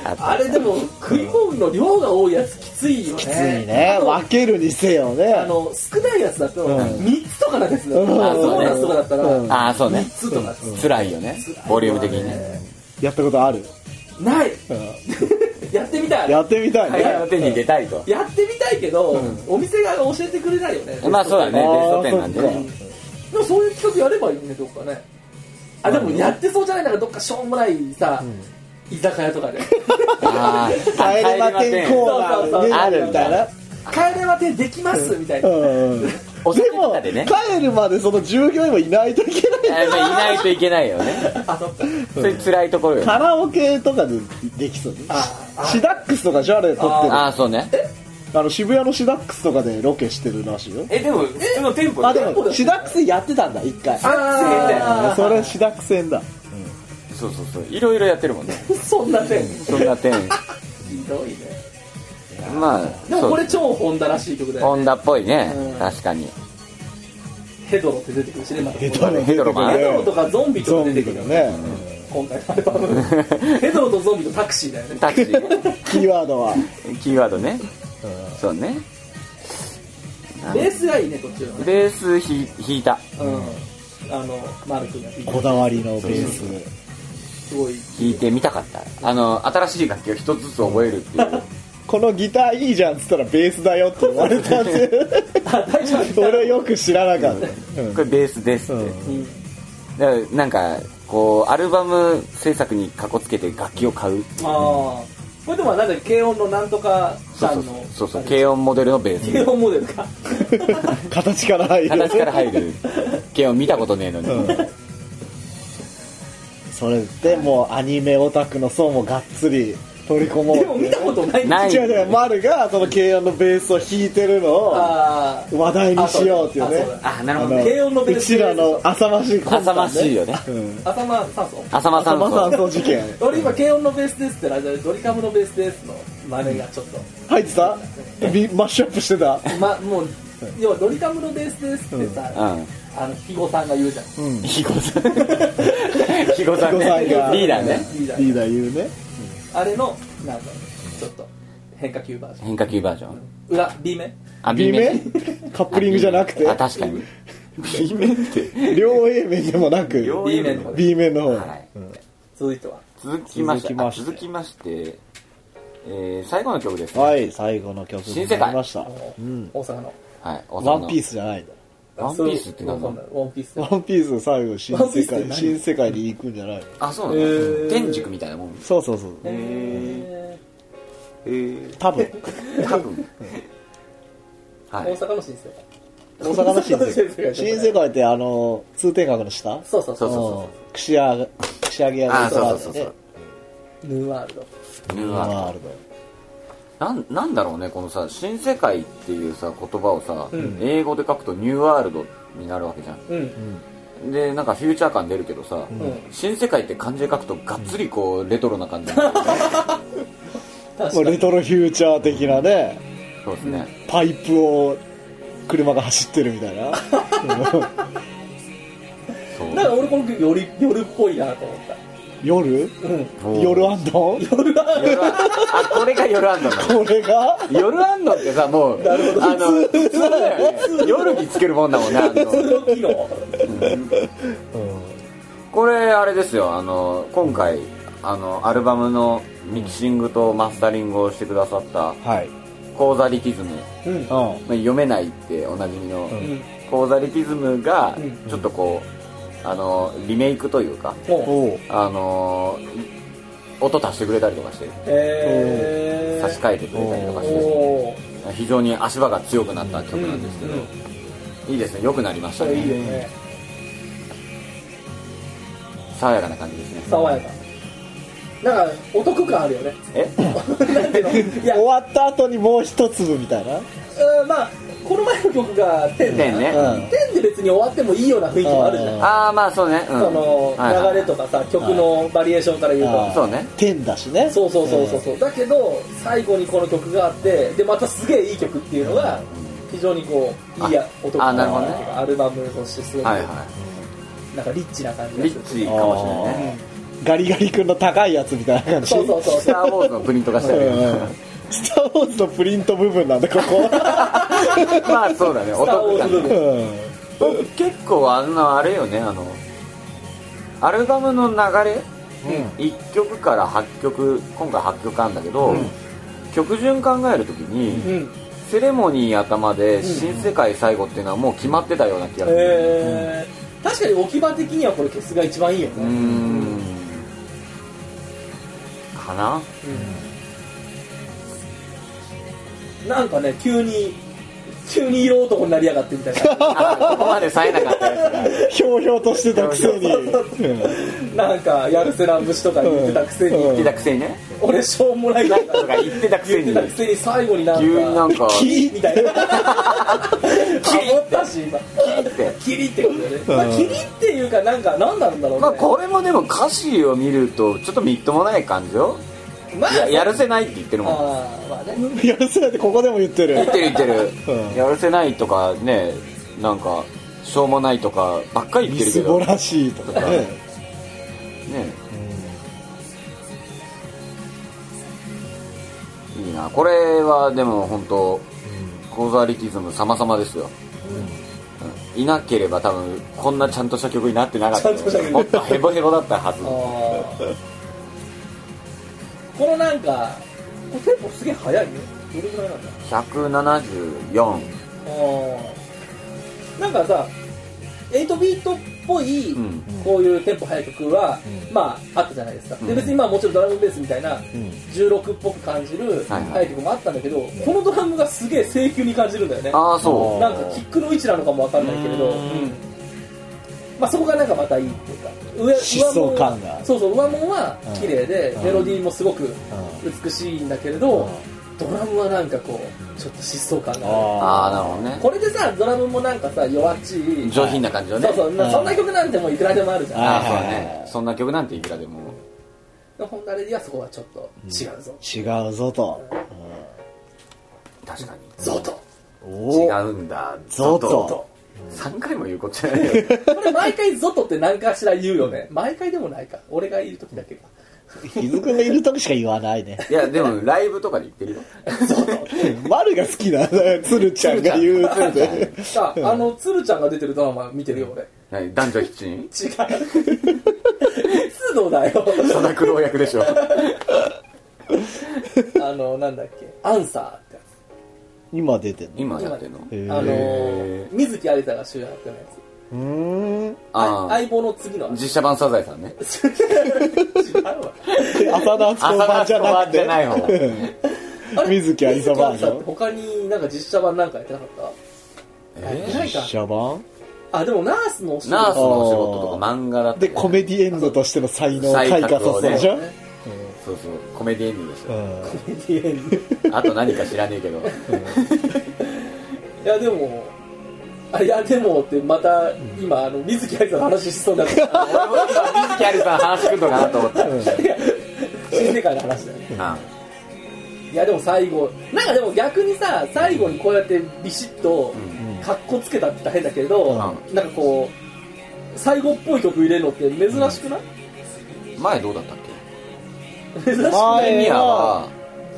あった
あれでも食い物の量が多いやつきついよねき
ついね分けるにせよね
あの少ないやつだと3つとかなんですよ、
うん
あそうなんですとかだったら
うん
ああそうね
3つとかです、
辛いよねボリューム的にね
ね
やったことある、
ない
うん
やってみたい
やってみたいね、
帰れば天に出たいと
やってみたいけど、お店側が教えてくれないよね
まあそうだねベ
あ
スト
ー
10なんでね
でもそういう企画やればいいねどっかねあでもやってそうじゃないなんかどっかしょうもないさ、居酒屋とかで
あー
帰れば天コーナーね
あるん
み
だ
たいな
帰れまてできます、みたいな、
うんで
お酒と
も
かでね
帰るまでその従業員もいないといけ
あ
ない
やっぱいないといけないよね
あそっか
そういう辛いところよね
カラオケとかでできそうね
ああ
シダックスとかシャレ撮ってる
あ
あ
あそうね
の渋谷のシダックスとかでロケしてるらしいよ
えでも普通の店舗
あで
で
もシダックスやってたんだ一回
あ
それシダックス戦だ
そうそうそういろいろやってるもんね
そんな点ひ
そんな点
どいね
まあ
でもこ
そう
れ超ホンダらしい曲だよ
ホンダっぽいね
うん
確かに
ヘドロって出てくるしねまたヘ
ロヘドロマン
ドロとかゾンビと
ゾ
か
ン
出
ビ
て
と
く
か
るよね
ね
今回のアルバムヘドロとゾンビとタクシーだよね
タクシー
キーワードは
キーワードねそうね
ベースがいいねこっちのね
ベースひ弾いた
うんあのマルクが
こだわりのベース
すごい
弾いてみたかったあの新しい楽器を一つずつ覚えるっていう
このギターいいじゃんっつったらベースだよって言われたんで
あ大丈夫
俺よく知らなかった、うん
これベースですって
うん
だからなんかこうアルバム制作にかこつけて楽器を買う
ああこれでもなんか軽音のなんとか
そう
さ
そ
ん
う
の
そうそう軽音モデルのベー
軽
ス
音モデルか
形から入る
形から入る軽音見たことねえのに、
それでもうアニメオタクの層もがっつり取り込もう
でも見たことない
ない
違う違う丸がその軽音のベースを弾いてるのを
あー
話題にしようっていう
あ
ね
そうだ
あなる
あ
ほど
の
ね
軽音のベース
うちらの浅ましい魂
浅ましいよね
うん
頭酸素
浅間さん
浅
と
まさんと事件
俺今軽音のベースですってあれだねドリカムのベースですの真似がちょっと、
入ってたビマッシュアップしてた
ま、もう要はドリカムのベースですってさ、
うん
あの肥後さんが言うじゃん
肥後さん肥後さんね
肥後さんが
リーダーね
リーダー
リーダー言うね
あれのなんかちょっと変化球バージョン
変化球バージョン
裏 B 面
あ
B 面カップリングじゃなくて
あ確かに B 面って
両 A 面でもなく
両
B 面の方で
B 面の方
はい
続いては
続きまして
続きまして
続きまして、えー、最後の曲ですね
はい最後の曲になりました
大阪の
はい、
ワンピー
ス
スじゃないんだ
ワンピースってなんだ
わかんないワンピース
ワンピース最後新
ワンピー
世
スって
界、
何
新世界に行くんじゃないの
あそう
へ
なん
ー
だ天竺みたいなもん
そうそうそう。
え
えー、
多分。
多分は
大
い
阪の新世界
大阪の新世
大阪の
界。新世界ってあの、通天閣の下
そうそうそう
そうそう
うん串屋が、串揚げ屋
あー
が
そう
そ
そううそうそう
ヌーワールド
う
ワ
わ
ールド。
なんなんだろうねこのさ新世界っていうさ言葉をさ、
うん
英語で書くとニューワールドになるわけじゃん
うん
でなんかフューチャー感出るけどさ、
うん
新世界って漢字で書くとがっつりこうレトロな感 じになるよね
確
も
か
うレ
に
トロフューチャー的なね、
そうですね、
パイプを車が走ってるみたいな。
そう
なんか俺この曲夜夜っぽいなと思っ
夜
たうん
おー
夜アンドン
夜ああこれが夜アンドンだ
これが
夜あんのってさもうあの普通だよね夜につけるもんだもんねあの
昨日
これあれですよあの今回あのアルバムのミキシングとマスタリングをしてくださった
はい。
「コーザリティズム」
うん
うん。
まあ読めないっておなじみの
うん
うん
「コーザリティズム」が
うん
ちょっとこうあのリメイクというか
もう
おう。
あの音足してくれたりとかして
え
差し替えてくれたりとかして
おお
非常に足場が強くなった曲なんですけど
うんうん
いいですね良くなりまし
そ
た
れいいよ
ね
ね
爽やかな感じですね
爽やかなんかお得感あるよね
え
なんていうのいや
終わった後にもう一粒みたいな。
うんまあこの前の曲が「天」
点ね、
うん
天で別に終わってもいいような雰囲気もあるじゃ
うん
ん
ああまあそうね、うん、
その
はいはい
流れとかさ曲のバリエーションから言う
は
と
い
そうね
天だしね。
そうそうそうそうそうだけど最後にこの曲があってでまたすげえいい曲っていうのが非常にこういいや男
あ
の
なるほどね
アルバムとしてすごく
はいは
なんかリッチな感じ
い
が
リ
する
ッチかもしれないね
うん。ガリガリ君の高いやつみたいな感じ。
そうそうそう
スター・ウォーズのプリントがしてあるよ
うんスター・ウォーズのプリント部分なんだここ
まあそうだね
スターウ
男
ォー
感
ズ部
う
分
結構あのあれよねあのアルバムの流れ
ん
1曲から8曲今回8曲あるんだけど、
うん
曲順考えるときに、
うん
セレモニー頭で「
ん
新世界最後」っていうのはもう決まってたような気がする、
えー確かに置き場的にはこれケスが一番いいよ
う
ね
ーんかな
うんなんかね急に急に色男になりやがってみたいな
あここまで冴えなかったやつが
ひょうひょうとしてたくせに
そうそうなんかやるせな節とか言ってたくせに、
う
言
ん
ってたくせに ね
俺しょうもないな
とか言ってたくせ
言って
に
たくせに最後になんか
急になん か
キリ
みたいなキリったし今
って
キリってことだよね、まあ、キリっていうかなんか何なんだろうね、
まあこれもでも歌詞を見るとちょっとみっともない感じよ
まあ
いややるせないって言ってるもん
あーまあね
うんやるせないってここでも言ってる
言ってる言ってる、
うん
やるせないとかねなんかしょうもないとかばっかり言っ
み
てるけ
すぼ
どね
らしいとかね
いいなこれはでも本当コーザーリティズム様々ですよ、うんいなければ多分こんなちゃんとした曲になってなかったよ
ちゃんとした曲
もっとヘボヘボだったはず
あーこのなんかこれテンポすげえ速いねどれぐらいなんだ
174
あーなんかさ8ビートっぽい、
うん
こういうテンポ速い曲は、
うん
まああったじゃないですか、
う
で
ん
別にまあもちろんドラムベースみたいな
うん
16っぽく感じる
はいはい
速い曲もあったんだけど、このドラムがすげえ請求に感じるんだよね
ああそう
なんかキックの位置なのかもわかんないけれど、
うーん
うんまあ、そこがなんかまたいいっていうか上
疾走
は
感が
そうそう上もんは綺麗で、
うん
メロディーもすごく
う
美しいんだけれど、
うん
ドラムはなんかこうちょっと疾走感がある
ああなる
ほ
ほどね
これでさドラムもなんかさ弱っちい
上品な感じよね
そうそう、まあ
うん
そんな曲なんてもういくらでもあるじゃん、
ああ
はい
そう
はい
だ
はい
ねそんな曲なんていくらでも
ほんならいやそこはちょっと違うぞ、
ど違うぞと
確かに
ぞと
お
違
お
うんだ
ゾト
3回も言うことじゃないよ
これ毎回ぞとって何かしら言うよね毎回でもないか俺がいる時だけか
伊豆くんがいる時しか言わないね
いやでもライブとかで言ってるよ
丸が好きなんだよ鶴ちゃんが言うって
さああの鶴ちゃんが出てるドラマ見てるよ俺
何男女七人
違う須藤だよ
佐田九郎役 でしょ
あのなんだっけアンサーってやつ
今出てんの
今やってんの
へー
あのー水木有沙が主役のやつ
うーん
ああ
相棒の次の
実写版サザエさんね
違うわ
浅田敦子
浅
版
田
じゃ
と
な
版
く
じゃな
て
い方
あれ
水木有沙バージョン
水木有沙って他になんか実写版なんかやってなかっ
え
ない
実
か
写版
たあでもナースのお仕事
ナースのお仕事とか漫画だって
でコメディエンドとしての才能を開花させたでしょ、
ね
そうそうコメディエンディングでした
うん
メディエンヌ
あと何か知らねえけ ど
いやでもあいやでもってまた今あの水木有沙の話しそうになってた
俺も今水木有りさん話来んのかなと思った
いや新世界の話だよね
あ
いやでも最後なんかでも逆にさ最後にこうやってビシッと
うん
かっこつけたって言ったら変だけれど、なんかこう最後っぽい曲入れるのって珍しくない、
前どうだったっけ
珍しく
あ
な
え
い
ー
ミアは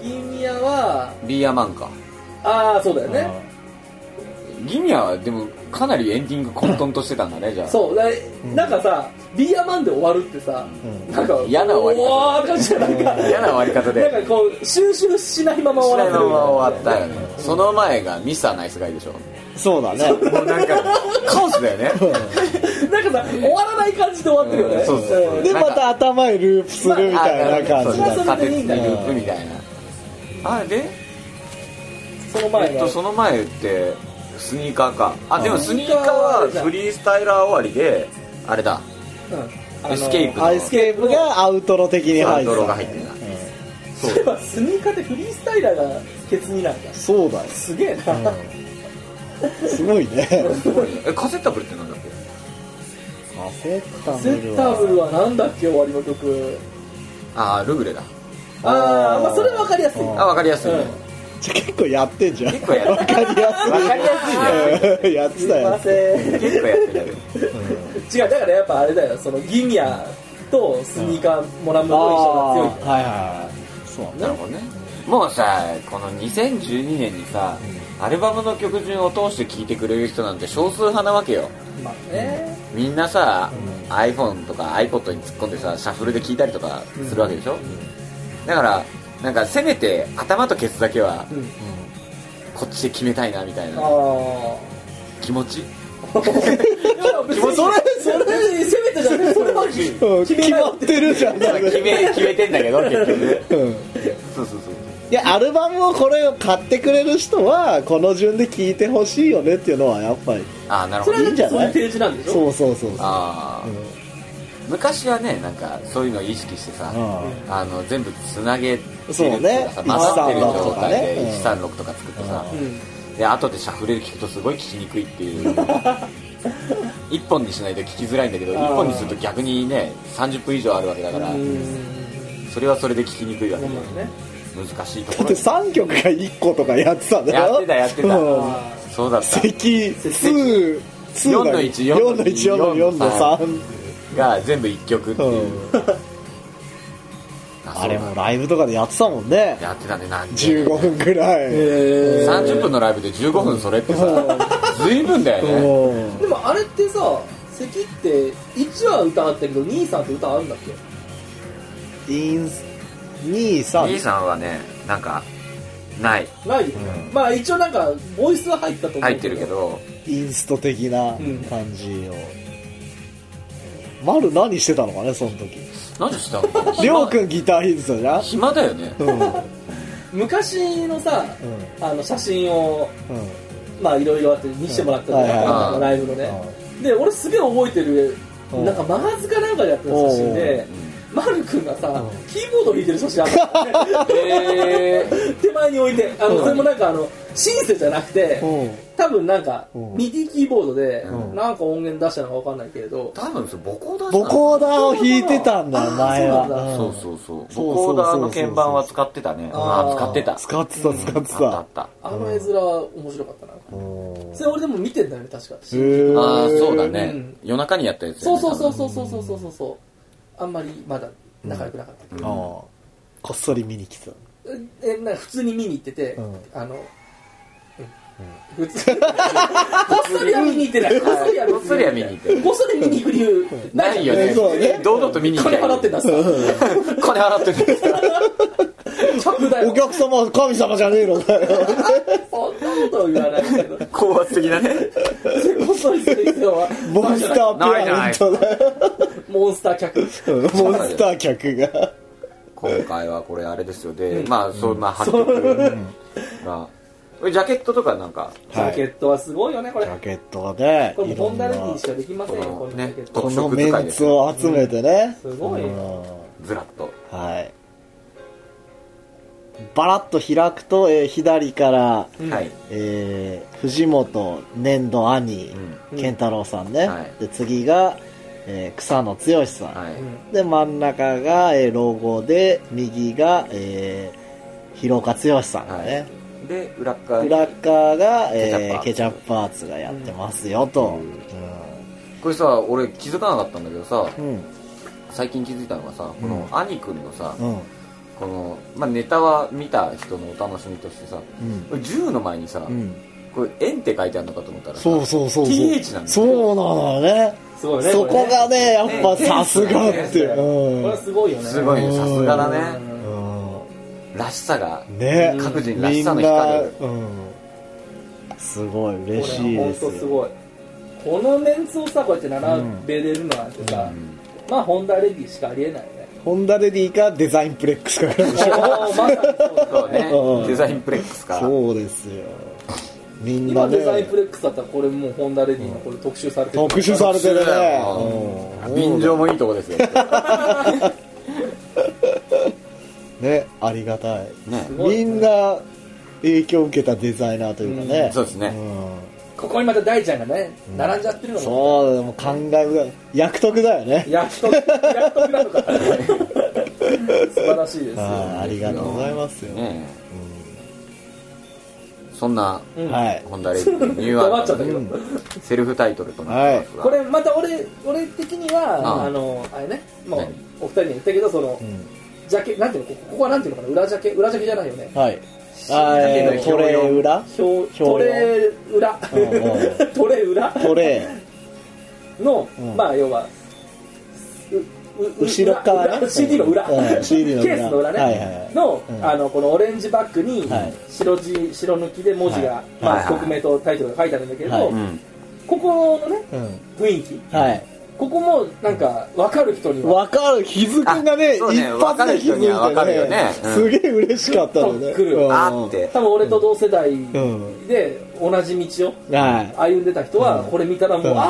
ギミアは
ビーアマンか
ああそうだよね、
ギミアはでもかなりエンディング混沌としてたんだねじゃあ
そうだ
ん
なんかさ、ビーアマンで終わるってさ、
うん
なんか
嫌な終わ
り感じじゃないか
嫌な終わり方
なん
で
かこう収集しないまま
試
終わ
合
らせる
のまま終わったよねその前がミスターナイスガイでしょ
そうだね
もうなんかカオスだよね
なんかさ終わらない感じで終わってるよね、
うんそうそうそうん
でまた頭へループするみたいな感じ
ま
立てて
だ
ああそれはそれでいいんだ
ル
よ
ープみたいなあで
その前
えっ
が
とその前ってスニーカーかあでも
うん
スニーカーはフリースタイラー終わりであれだ
うん
エスケープ
アイスケープがアウトロ的に
アウ
入っ
ト
て
ロが入
た
ってんだ
そういえばスニーカーでフリースタイラーがケツになんだ
そうだよ
すげえな、
すごいね
すごいねえカセッタブルってなんだっけ
カセッタ
セ
ブル
ッタブル
は
はなんだっけ終わりの曲
あールグレだ
ああまあそれはわかりやすい
あー
あわかりやすいね
うん
じゃ結構やってんじゃん
結構や
わかりやすい
わかりやすいね
うんやって
すい
たよ
ません
結構やってる
違うだからやっぱあれだよそのギミアとスニーカーもらうの
ああ
と一緒が強い
ーはいはいはいそう
なるほどねもうさこの2012年にさアルバムの曲順を通して聴いてくれる人なんて少数派なわけよ
まあね
みんなさ、iPhone とか iPod に突っ込んでさシャッフルで聴いたりとかするわけでしょ、だからなんかせめて頭とケツだけは
うん
こっちで決めたいなみたい
あ
な
あ
気持ち
別にそれそれせめてじゃなくてそれは決
うん
決め
決
な
ま
よ
ってるじゃん
決め決めてんだけど結局ね
うん
そうそうそう
いやアルバムをこれを買ってくれる人はこの順で聴いてほしいよねっていうのはやっぱり
ああなる
そ
ほ
れ
ど
いい
はだっ
んじ
て
ゃ
そう
ない
いう提示なんでしょ
そうそうそうそう
ああ昔はねなんかそういうのを意識してさ、
う
あの全部つなげてるって
そうね
いうかさ混ざってる状態で
136とかね
136とか作ってさ、
う
うん
で後でシャッフルで聞くとすごい聞きにくいっていう一本にしないと聞きづらいんだけど一
あー
本にすると逆にね30分以上あるわけだから
うん
それはそれで聞きにくいわけ
そうだね
難しいと
だ
こ
っ
ろ
て3曲が1個とかやってたんだよ
やってたやってた
うん
あ
そうだった
席2 2
四の
が
一
4の1 4の4の3
が全部1曲っていう、あそうだ
あれもライブとかでやってたもんね
やってたね何十
15分ぐらい、
ー
30分のライブで15分それってさ随分だよね
うん
でもあれってさ関って1話歌あったけど2さんって歌あるんだっけ
インス2
B
3
さんはねなんかない
ないよね、まあ一応なんかボイスは入ったと思う
入ってるけど
インスト的な感じを、丸何してたのかねその時
何したの
りょう
暇
くんギター弾いてたじゃん
暇だよね
うんうん
昔のさあの写真を
うん
まあいろいろあって見せてもらった
はい
じ
はい
は
ゃ
い
んライブのねで俺すげえ覚えてる
うん
なんかマガズかなんかでやってた写真でマル君がさキーボード弾いてる写真あったのね
えー、
手前に置いてあ
うん
のそれもなんかあのシンセじゃなくて
うん
多分なんか
うん
ミディキーボードで
うん
なんか音源出したのかわかんないけれど
多分それボコーダーじゃ
ボ
ない
コーダーを弾いてたんだよ前
あーそうなん
は
だ
そうそうそう
そうそうそう
ボコーダーの鍵盤は使ってたね
あ
あ
ー
あ使ってた
使ってた使って
あ
た
ったあっ
あの絵面面白かったな
うん
それ俺でも見てんだよね確か
へー
たああそうだね、
うん
夜中にやったやつだ
そ
よ
う
ね
そうそうそうそうそうそうそうあんまりまだ仲良くなかったけ
あ
ど
あこっそり見に来てた
えなんか普通に見に行ってて、
うん
あの、うん普通にこっそりは見に行ってないこっそりは
こっそりは見に行ってない
こっそり見に行く理由な
な
い
いよね
そうね
堂々と見に行
金払ってんだっす
金払ってんだ
客だ
お
よ。
客様は神様じゃね えのだよ。
そんなことは言わないけど。
高圧的なね。
それこそ必要は、
モンスターペアレントだよ。
モンスター客。
モンスター客が。
今回はこれあれですよ。で、まあ、そんな8曲が。これジャケットとかなんか、
ジャケットはすごいよね、こ
ジ
れ。
ャケットがね、
これも
い
ホ
ろ
ン
ん
ダ
な
レディしかできませんよ、このジャケット。
このメンツを集めてね。
うんすごい
うん
ずらっと。
はい。バラッと開くと、えー左から、
うん
はい。
えー藤本、年度兄、
うん
健太郎さんね。
はい
で、次が、えー草野剛さん。
は
う
い。
ん
で真ん中が、えー老後で右が、えー、広岡剛さんがね、
で、裏っ側に
裏側が、えーケ
ケ
チ
チ
ャ
ャ
ップアーツがやってますよと、
これさ、俺気づかなかったんだけどさ、
うんうん
最近気づいたのがさ、この兄くんのさ、
うん
この、まあ、ネタは見た人のお楽しみとしてさ、
うん
銃の前にさ、
うん
これ、円って書いてあるのかと思ったらさ、
そうそうそうそう
TH なんだよ
そうなのよね
すごいね。
そこがねやっぱ
ね
さすがっていう、
これねこれはすごいよね。
すごいね、さすがだね。
うん
うん
らしさが、
ね
各人ら
み
し
ん
さの
な、
光る。
うん、すごい
これ
嬉しい
は
です
本
よ
当すごいこのメンツをさこうやって並べれるのなんてさ、
うん
まあホンダレディしかありえないよね
ホンダレディかデザインプレックスか
おーまさにそ
そうう
だね
うん
ね、デザインプレックスか。
そうですよみんな
今
ね
デザインプレックスだったらこれもうホンダレディのこれ特集されてる
特集されてるねうん
便乗もいいとこですよ。
ねありがたい
ね。
すごい
みんな影響を受けたデザイナーというかね、
そうですね。
う
ここにまた大ちゃんがね
ん
並んじゃってる
ん
のも
そうだもう感慨深い役得だよね
やっとやっとなのか素晴らしいですよ
あありがとうございますよ、
ねそんな、
うん
はい
ホンダレディのニュー
黙
ア
っちゃっ
ル
たけど、
うん
セルフタイトルとなってますが。
これまた俺俺的には
あ
あ
あ
のあれねもう
何
お二人に言ったけどその、
うん
ジャケなんていうのこここはなんていうのかな裏ジャケ裏ジャケじゃないよね
はいあー
だけ
え
ど
ートレー裏
表
表よ
トレ裏
うんう
トレ裏
トレー
の、
うん
まあ要はううう
後ろ側ね
裏裏 CD の裏、
うん CD の裏
ケースの裏ね、
はいはいはい
の,、
うん
あのこのオレンジバッグに
はい
白字、白抜きで文字が、
はい
まあ
はいはい
国名とタイトルが書いてあるんだけれど、
はい
うん。
ここのね
うん
雰囲気
はい
ここもなんか分かる人には
わかる日付がね
あそうね
一発で気づいてね
わかる人にはわかるよ
す
ね
げえ嬉しかったのね
来る
うん
あって。
多分俺と同世代
ん
で同じ道を
はい
歩んでた人はこれ見たらもう、
うん
あ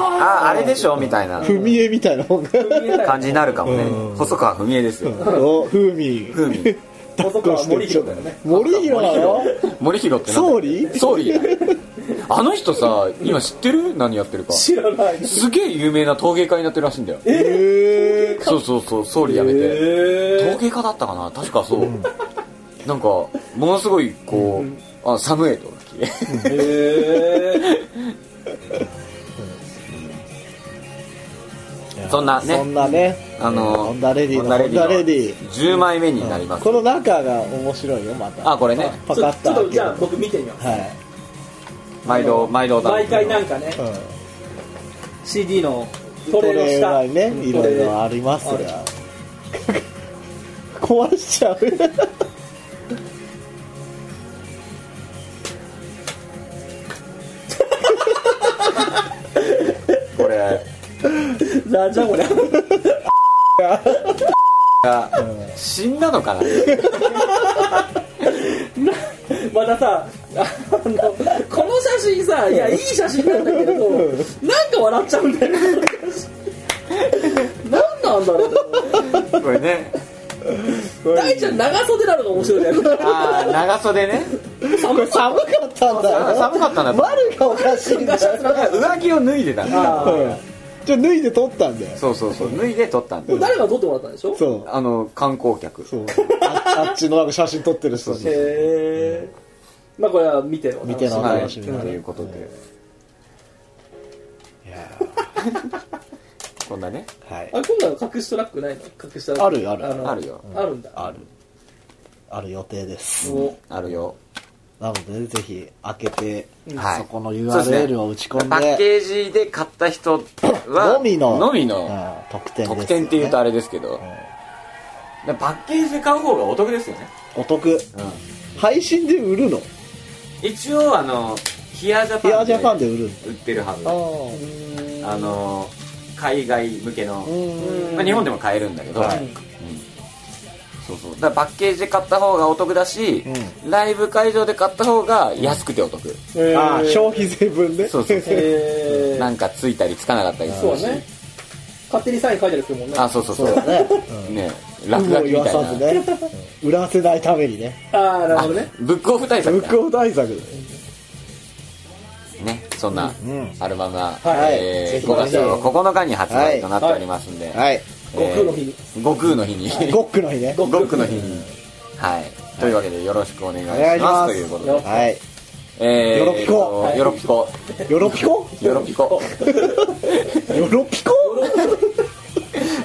あ、あれでしょみたいな
踏み絵みたいなもんが
あ見えない
感じになるかもね
うん。
細川文江ですよ。
お風味
風味。
細川森弘だよね
森弘なの
森弘ってなんだ
総理
総 理あの人さ、今知ってる何やってるか。
知らない
すげえ有名な陶芸家になってるらしいんだよ。
ええ
そうそうそう、総理辞めて。
え
陶芸家だったかな確かそう。なんか、ものすごい、こう、あ、寒いと。
ー、え
そんなね
そんなね
あの
ホンダレディの
ホンダレディの
ホンダレディ
10枚目になります
こ。の中が面白いよまた
あ、これね。
パカッ
ちょっ
と
とじゃあ
開ける
僕見てみよ
は
毎度、毎度
う
だ。
毎回なんかね
い、うん
CD のト
こ
レーの
れ
下
はねいろいろあります
ある
が壊しちゃう
これ。
なんじゃこれ
が死んだのかな
またさあのこの写真さいやいい写真なんだけれどなんか笑っちゃうんだよ ねなんなんだろうね
これね。
大ちゃん長袖なのが面白いじゃん
あー、長袖ね。
これ寒かったんだよ
寒かったんだと思う
丸がおかしいんだよ
なんか 上着を脱いでたんだ。
うんじゃあ脱いで撮ったんだよ
そうそうそう。脱いで撮ったんだよ。
誰が撮ってもらったんでしょ
そう
あの、観光客。
そうああっちのなんか写真撮ってる人に
へえまあこれは見ての
見てのお
はい。
楽
と
しみだね
いうことで、
いや
こんなね。
ーはい
あ今回は隠しトラックないの隠しトラック
あるある
の
あるよ
あるんだ
あるある予定です
お
あるよ。
なのでぜひ開けて、
はい
そこの
そうですね
URL を打ち込ん
パッ
で
ケージで買った人は、
のみの
のみの
うん特典ですよね
特典って言うとあれですけど、らパッケージで買う方がお得ですよね、
お得配信で売るの
一応あのヒアジャ
ヘアジャパ
パ
ン
ン
で
で
売るの
売ってるはず
あ
あ
あ
の海外向けの、
うん
まあ、日本でも買えるんだけど、
はい
うんそうそうだからパッケージで買った方がお得だし、
う
ライブ会場で買った方が安くてお得、
えー
ああ消費税分ね
そうそうそ
えー
なんかついたりつかなかったりす
そう
る
だ
し
ね勝手にサイン書いてある人もんね
あそうそうそう
そうだね
ね
有
落
無
書
を
きみ
言わ
たい
さ
な、
ずね売らせないためにね
ああなるほどね
あブックオフ対
ブ
策
ックオフ対策だよ
ねそんな
うん
アルバムは、
はい
え
ぜ
ー、
ひ
5月の9日に発売となっておりますんで、
はい
えー
悟空の日に
悟空の日に
ゴックの日ね
ゴックの日にはいというわけでよろしくお願いし
お願いしま
ますすということ
よ
で
はい
えー
よろぴこ
えーとよろぴこ
よろぴこ
よろぴこ
よろぴこ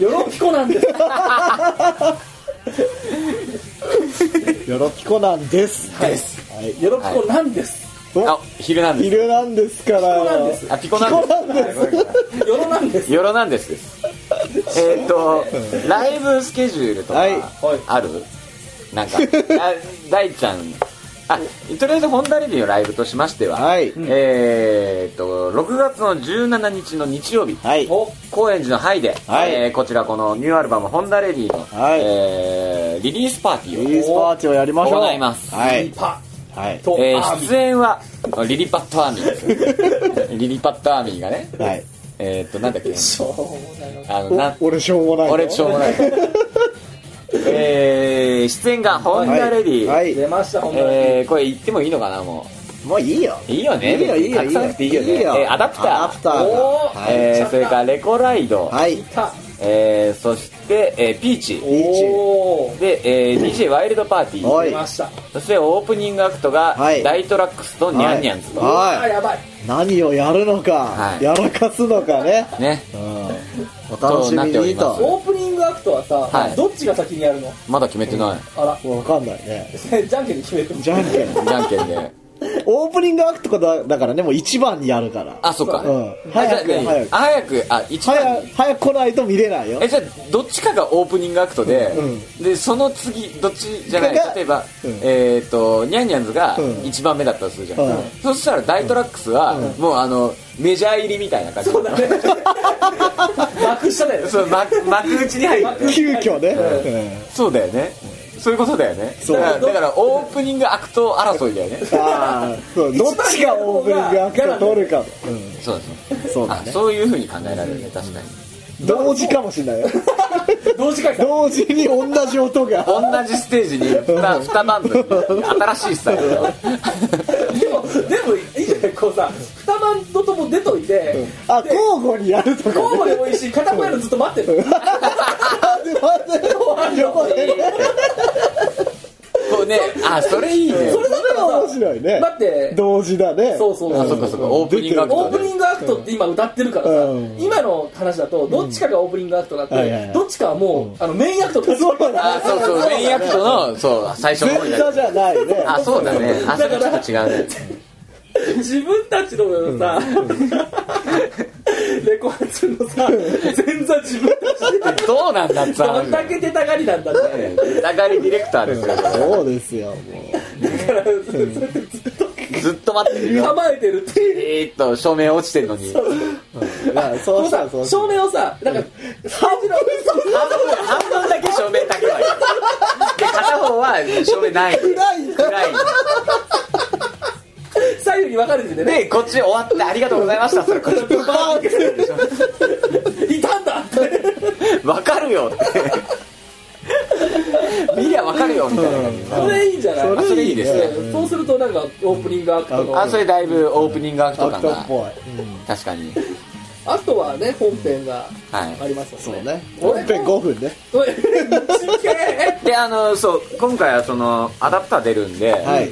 よろぴこなんです
よろぴこなんです
です
はい
よろぴこなんです
あ昼なんで
昼なんですから
ピコなんです
すあピコなんです
よろなんです
よろなんですですえーっとライブスケジュールとか
はい
はい
あるなんかあ大ちゃんあとりあえずホンダレディのライブとしましては、
はい
えーっと6月の17日の日曜日、
はい
お
高円寺のハイで、
はい
えーこちらこのニューアルバム「ホンダレディの」
はい
えーリリースパーティ
リ
ーを
リースパーティーをやりましょう
行います
は
リ
い
パ
はい
と
えー
アーミ
出
ー
演はリリパットアーミー ですリリパットアーミーがね
はい
えーっとなんだっけ
そうなの
あのな
お俺しょうもないよ
俺しょうもないえー出演がホンダレディ、
はいはい
出ましたほんまに
えーこれ言ってもいいのかなも
もういいよ
ういいよね
いいよいいよ
たくさんなくていいよね
いいよ
えーアダプター
アダプター
おー
はい
え
ちゃ
ー
った
それからレコライド、
はい
た
えーそして、えーピーチ
ピーチ
おー
で、えー DJ ワイルドパーティ
は
ー
い
出ました
そしてオープニングアクトが、
はい
ダイトラックスとニャンニャンズと、
はいう
わーやばい
何をやるのか、
はい
やらかすのかね、
ね
うん、お楽しみ
となっ
に
てお
と
オープニングアクトはさ、
はい
どっちが先にやるの
まだ決めてない、
あら
わかんないね
じゃんけんで決める
じゃんけん
じゃんけんで
オープニングアクトかだだからねもう一番にやるから
あそっか、
うん
あじゃ
早
あ
く
ね
早く
あ早くあ一番
早早く来ないと見れないよ
えじゃあどっちかがオープニングアクトで、
う
でその次どっちじゃない
が
例えば、
うん
えっ、とニャンニャンズが
うん
1番目だったとするじゃん、
うん
そしたらダイトラックスは、もうあのメジャー入りみたいな感じ
そうだ ね幕下だよね
そう幕幕内に入る
急遽ね、
うん
う
そうだよね、そういうことだよね
そう
だからだからオープニングアクト争いだよね
ん、ああそうどっちがオープニングアクト取るか、う
そうですね
ん、そうだ
あ
ね
そういうふうに考えられるね確かに
同時かもしれないよ
同時開催
同時に同じ音が
同じステージに 2, 二バン ド新しいスタイルだよ
でもでもいいじゃないこうさ二バンドとも出といて、
あ交互にやるとか、ね、
交互でもいいし片方やるのずっと待ってる
待って横でね
こうねあそれいいね
それだったら
面
さ
白いね
だって
同時だね
そうそう
あそっかそっかオープニングアク
オ
ト
ープ
で
ニングアクトって今歌ってるからさ、
うん
今の話だとどっちかがオープニングアクトだって、
はいはいはい
どっちかはもう、あのメインアクトだ
そうだ
あそうそうメインアクトのそう最初の方に
前座じゃないね
あそうだねあそ
だ
れ
か
ちょ
ら
っと違うね
自分たちのさ、レコハツのさ全座自分たちで
どうなんだって
どん
話だ
だ
よ
け出たがりなんだって
ね疑りディレクターですよ
そうですよも
だからそうやってずっと
ずっと待ってるよ
構えてるっていう
えーっと照明落ちてるのに半分
うまあ
こ
そう
の
したら
さ
そうした
照明をさなんか半分
半分だけ照明焚けばいいで片方は照明ない
ら暗い
暗い
左右に分かれててね
でこっち終わってありがとうございましたそれこっち
バーンって
いたんだって
わかるよって見りゃわかるよみたいな感じ
それいいんじゃない
あそれいいですね
うんそうするとなんかオープニングアクトの
あそれだいぶオープニングアク
ア
ト
ク
感
トっ
が
ぽ
確かに
あとはね本編が
はい
あります
い
も
そうん
ね
ね本編5分ね
そうね
であのそう今回はそのアダプター出るんで、
はい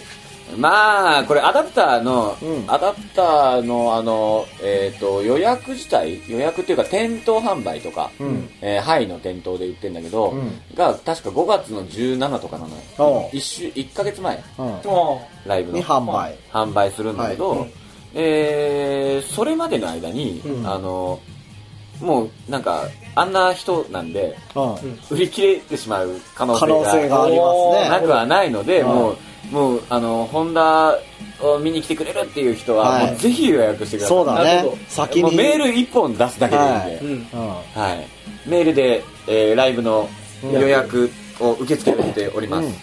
まあこれアダプターの、
うん
アダプターのあの、えー、と予約自体予約っていうか店頭販売とか、
ん
えーハイの店頭で売ってるんだけど、
うん
が確か5月の17とかなのよ
おう
1週1ヶ月前
うん
う
ライブの
に販売
販売するんだけど、
はい
えーそれまでの間に、
うん
あのもうなんかあんな人なんで
うん
売り切れてしまう可能性
可
が
能性がありま
な
すね
くはないので、
はい
もうもうあのホンダを見に来てくれるっていう人は、
はい
もうぜひ予約してください
そうだ
なる
ね
ほど
先
も
に
うメール1本出すだけでいいんで、
う
う
ん
ん
はい、メールで、えーライブの
うん
予約を受け付けております、
うん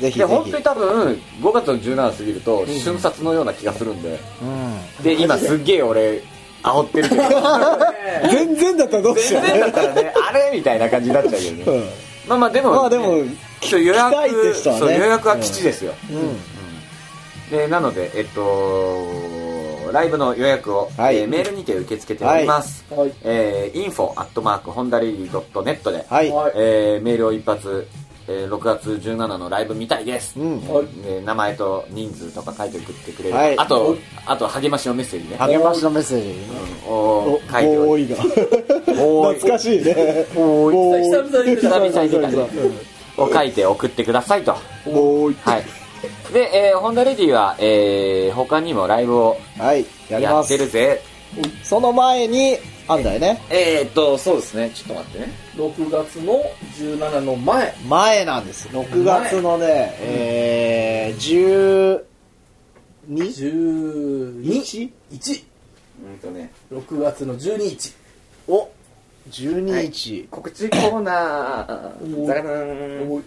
ぜひ
で
ぜ
本
ひ
当に多分5月の17過ぎると瞬殺のような気がするんで、で今すっげえ俺煽ってる けど
うん全然だったらどうしよ
全然
う
だっ
ね
たらねあれみたいな感じになっちゃうけど
う
ね
ん
まあまあでも、
まあでも
ねちょ予
期待って
約
人はね
そう予約は基地ですよ、
うん
でなのでえっとライブの予約を、
はい
えーメールにて受け付けております、
はい
えー、info アットマークホンダレディドットネットで、
はい
はい
えーメールを一発、えー6月17のライブみたいです、
うん
はい
で名前と人数とか書いて送ってくれる、
はい
あ
は
と
い
あと励ましのメッセージね、
励ましのメッセージ
うんお
お
ー書いてお
多
い
いが
て
懐かしい
お
ね
ーい
おーい
久々に見た
久々に見たを書いて送ってくださいと
おーい
はいで、えー、ホンダレディは、えー他にもライブを
はいやり
や
ま
って
す
るぜ
その前にあんだよね
えー、っとそうですねちょっと待ってね
6月の17の前
前なんです6月のねえー12
12 1
うんとね
6月の12日
お12日
告知コーナーザガタン
お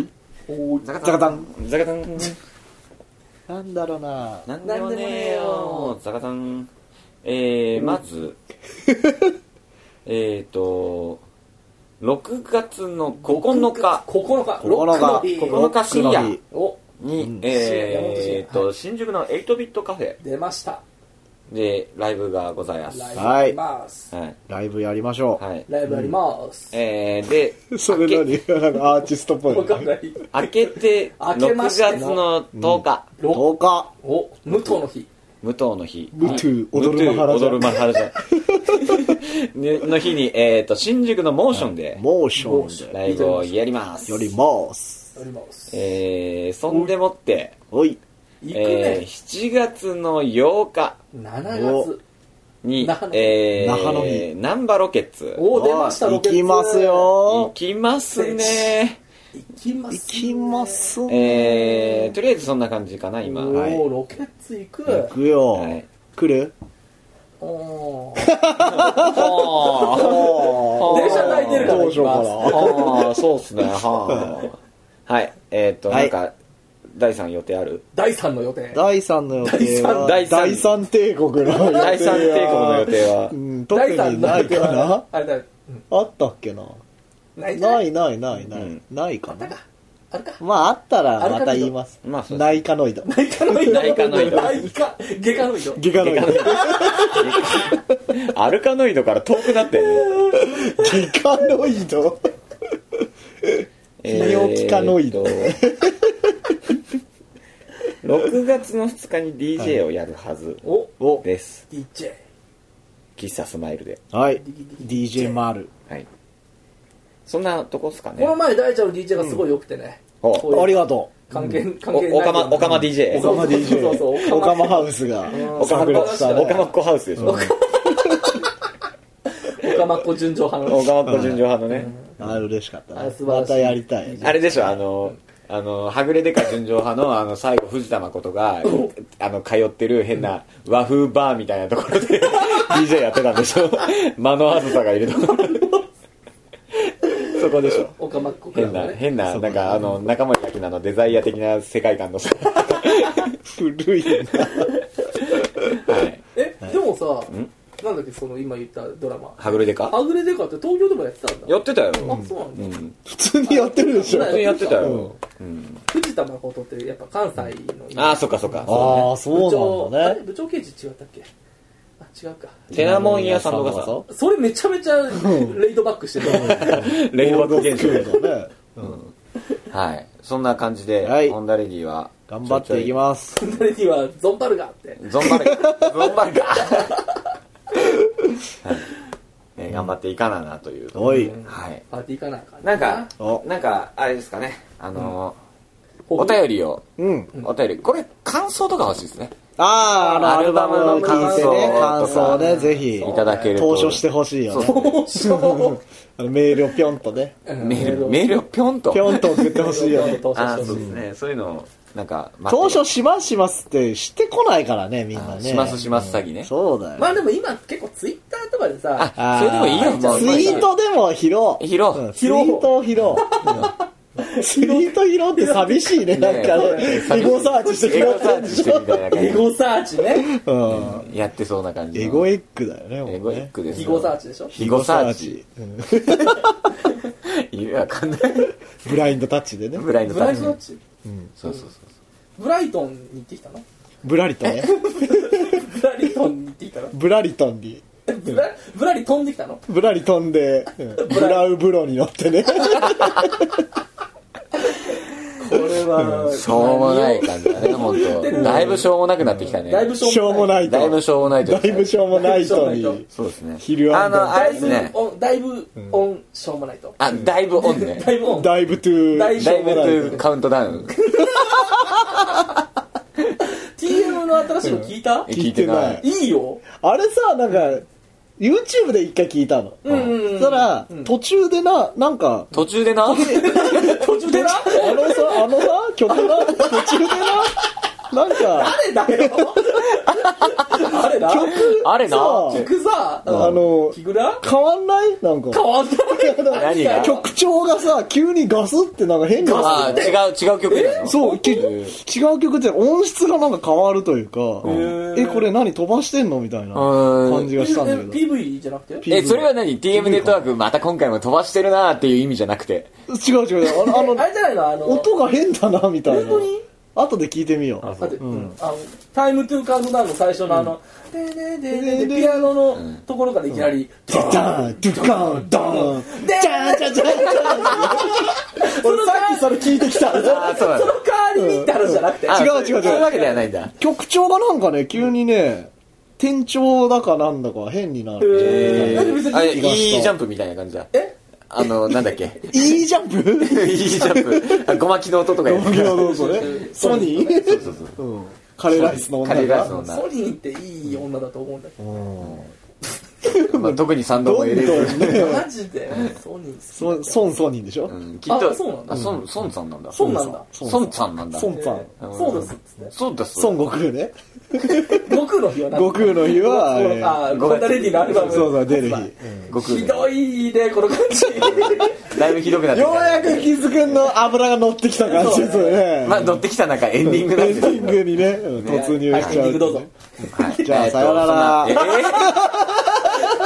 ーい
お
ザガ
ザガタ
ン
ン
ザガタン
なんだろうな
なんでもねえよザガタンえー、まずえーっと6月の9日
9日
9日
9日深夜
お
に、
うん
えー、っと、
は
新宿の8ビットカフェ
出ました
でライブがございます。
ライ
は
ブあります
い。
ライブやりましょう
はい。
ライブあります
えー、で、
それ
明け
何なんかアーティストっぽい
わかん
ね。
ない
明けて、
明
6
けまして
月の10日、
6
10日。
お武藤の日
無党の日。
ムトゥ
無党
踊るマハラジャ
踊るマハラジャねの日に、えーと、新宿のモーションで、
モーション
ライブをやります。
で。よります。
あります
えー、そんでもって、
おい。
行く
えー、
ね
7月の8日
7月
に
那覇、の
え
那覇の
ー、
日
ナンバロケッツ。
お出ました
おい
ロケッツ
行きます
行
よ。
きますね。
行きます
行きます。
えー、とりあえずそんな感じかな、今。
お
はい
ーロケッツ行く
行くよ。
はい
来る
おー
は
お
電車泣いてるから
どうしようか
あ
な。
ああ、そうっすね。はあ。はい。えっ、と、
はい
なんか、第3予定ある
第3の予定
第三の予定は、
第三
第三帝国の予定は。
第3帝国の予定は
う。ん。特
第三
にないかな
あれだうん
あったっけな
ないんじゃ
な
ない
いないないな
うん
い。ないかな
あれか
まああったらまた言います。
まあ、そう
ナイカノイド。
内科の井戸
内科の井戸
内科外科の井戸
ギガノイド。
アルカノイドから遠くなって る。
ギガノイド。
えー
ミオキカノ イド
6月の2日に DJ をやるはず
お
お
です。
DJ
喫茶スマイルで。
はい。DJ マル。
はい。そんなとこっすかね
こ。の前大ちゃんの DJ がすごい良くてね
お
こういう
ありがと
関係関係ない
おおかま、おかま DJ。
う。オカマ
そうそうそう
DJ。オカマハウスが。
オカマ
炸
ッ
裂した
コ、
ね
オカマッコハウスでしょ。
おかまっこ順調派
オ
の
カマッコ純情派のね。
あれ嬉しかった
あ
ね
れ素。晴らしい
またやりたい。
あれでしょ、あの、あの、はぐれでか純情派の、あの、最後、藤田誠が、あの、通ってる変な和風バーみたいなところ で、DJ やってたんでしょ。間のあずさがいるところ。 そこでしょ。
おかまっこクラ
変
ブ
な、
ね
変な、なんか、あの、中森明菜のデザイア的な世界観のさ、
古いな。
はい。
えでもさなんだっけその今言ったドラマ
はぐれでか
アグレデカって東京でもやってたんだ
やってたよ。
あそうなんだ
うん。
普通にやってるでしょ。
普通にやってた
う
よ
ん。
うん。
藤田誠ってやっぱ関西の
ああ、そっかそっか。
ああ、そう
部
な
長あ
ん
れ
だね。
部長刑事違ったっけあ違うか
テナモン屋さんとかさ、
それめちゃめちゃレイドバックしてた
レイドバック現
現
象
象だね。
はい。そんな感じで、
はい
ホンダレディは、
頑張っていきます。
誰にはゾンバルガーって
す。ゾンバルガ、 ゾンバルガ。はいね頑張っていかななという。
おい。
はい。
パーティーかなんか
なんか
お、
なんか、あれですかね。あの、
ほ
お便りを、
うん。
お便り、これ、感想とか欲しいですね。
あーあのアルバムの感想ね
アルバムの感想とか
感想ねぜひ
いただけると
投書してほしいよね
そう
そう
あのメールをぴょんとね
メールメールをぴょんと
ぴょんと送ってほしいよね
あーそうですねそういうのをなんか待って
投書しますしますってしてこないからねみんな
あ
ね
しますします詐欺ね
そうだよ、
まあでも今結構ツイッターとかでさ
あそれでもいいよ
あー
もう
ツイ ートでも拾う
拾う
うんツイートを拾うツイート拾うって寂しいねなんかねエゴサーチして
エ
拾
ゴサ
っ
ーチしてみたいな感
エゴサーチね
てうん
じやってそうな感じの
エゴエッグだよねもうね
エゴエッグです
ヒ
よ
ゴサーチでしょ
ヒゴサーチ
うん
いやわかんない
ブラインドタッチでね
ブラインド
ブ
タ
ラ
ッ
イ
チ
トサーチ
そうそうそう
ブライトンに行ってきたの
ブラリトンね
ブラリトンに行ってきたの
ブラリトンに
ブラブラリ飛んできたの
ブラリ飛んで、うんブラウブロに乗ってね。
これは
しょうもない感じだね本当だいぶしょうもなくなってきたね
だいぶ
しょうも
い
ないと。
だいぶしょうもないと
だいぶしょうもないと
だいぶしょうもない
に。
そうですね
昼
あ
あんだ
のあ
だ
れ
い
です
ぶ
ね
オンだいぶオンしょうもないと
あだいぶオンね
だいぶオン
だいぶトゥ
だい
ー、
ぶ
し
だ
ょ
いう
も
ぶ
な
とい
いうと。
カウントダウン
TM の新しいの聞いた
聞いてない
聞いて
いいよ
あれさ、なんか、YouTube で一回聞いたの。
うんうんうん
そしたら、途中でな、なんか、
途中でな
途中でな
あのさ、あのさ、曲が、途中でな、なんか、
誰だよ 誰だ
あれな
そう
聞くさ
あの、
聞くな
変わんないなんか。
変わんない
何が
曲調がさ、急にガスってなんか変な。
あ違う違う曲なの
そう、き違
へ
う曲って音質がなんか変わるというか、
ん
え、これ何飛ばしてんのみたいな
うん
感じがしたんだけど。
え PV じゃなくて
えそれは何 ?TM ネットワークまた今回も飛ばしてるなーっていう意味じゃなくて
違う違う。あの、あの
あれじゃないのあの
音が変だな、みたいな
本当に。
後で聞いてみよ
だってあのタイムトゥーカウントダウンの最初のあの「ででででで」ピアノのところからいきなり「
う。ダーン、ドゥカン、ダーン、ジャンジャンジャンジャン。俺さっきそれ聞いてきた。
あそうな
その代わりに」って話じゃなくて
のあ
違う違う違う
そういうわけではないんだ
曲調がなんかね、急にね、転調だかなんだか変になる。
え
だって別
ー、あれ
に
いいジャンプみたいな感じだ
え
あのなんだっけ
いいジャンプ
いいジャンプあごまきの音とかや
ド
る
ミノどうぞね。ソニー
そうそうそう
うんカレーライスの
カ
女
レーライス
が
の女
ソニーっていい女だと思うんだけど
まあ、特にサンドも
ど
入れ
んど
る
んね
マジでソニー好き
そ孫ソニーでしょ
うんきっと
あそうなんだ
あ孫孫さんなんだ
そうなんだ
孫さんなんだ
孫さん
えーそうですっつって
そうです
孫悟空ね
悟空の日は何
悟空の日は
あ
えー
あゴンダレディのアルバム
そうそう出る日うん
悟空
ひどいねこの感じ
だいぶひどくなってき
よう
た
やく気づくんの油が乗ってきた感じですよね
まあ乗ってきた中エンディングなんで
エン
す
デ
け
ィングにねうん突入しちゃ
はいエンディングどうぞ
うじゃあさよなら
えーとそんなえー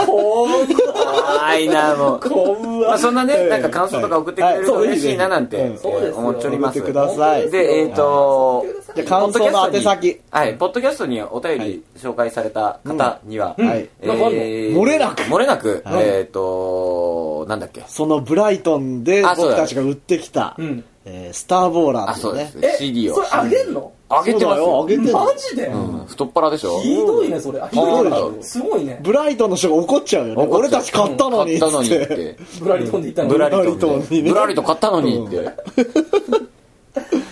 こう
怖いなもう
こう
まあ、そんなね、
ええ
なんか感想とか送ってくれると
はい
嬉しいななんて、
はい
ええ
そうですよ
思っておりま
送
す。
ってください
本当
じ
で、えっ、と、
ゃあ感想の宛先
はい、ポッドキャストにお便り紹介された方には、
うんはい
えー
漏れなく
漏れなく、
はい
えっ、と、なんだっけ、
そのブライトンで
あそう
僕
だ
たちが売ってきた
うん
えースターボーラー
あ、
ってい
そう
う
で
ね
す、
え
CD を
それ。あげんの
あげてます
そう
よ。
だよ上げてる
マジで
うん太っ腹でしょ
ひどいねそれあひ
どい
な
だ
ろ
すごいね
ブライトンの人が怒っちゃうよね
怒っ
俺
ちゃう
たち買ったのに
買った
っ
のに
つ
っ
って
て。
ぶらり飛んで いった
ブ
の
ラリトン
ブラリトンに
で。
ね
ブラリと買ったのにって。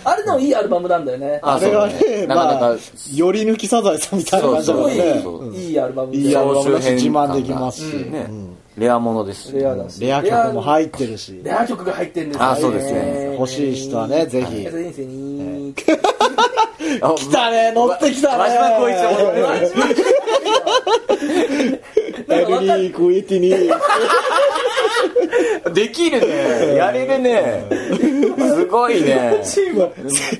あれでもいいアルバムなんだよね
あ
あれが
そうだ
ね
ね
ま
なかな
あ
か
より抜きサザエさんみたいな感じ
す
だも
ご
ん
い
ね
そう
いいアルバム
いいアルバムだ
総集
し
編
自慢できますし、
ね
うん
レアものですし
レアだし
レア曲も入ってるし
レア曲が入ってんですよ
あそうですね
欲しい人はねぜひ
優しい人 に
あ
来たね乗ってきたね
真島光一 郎
マジで
エルニークイティニー
できるね。やれるね。すごいね。
チーム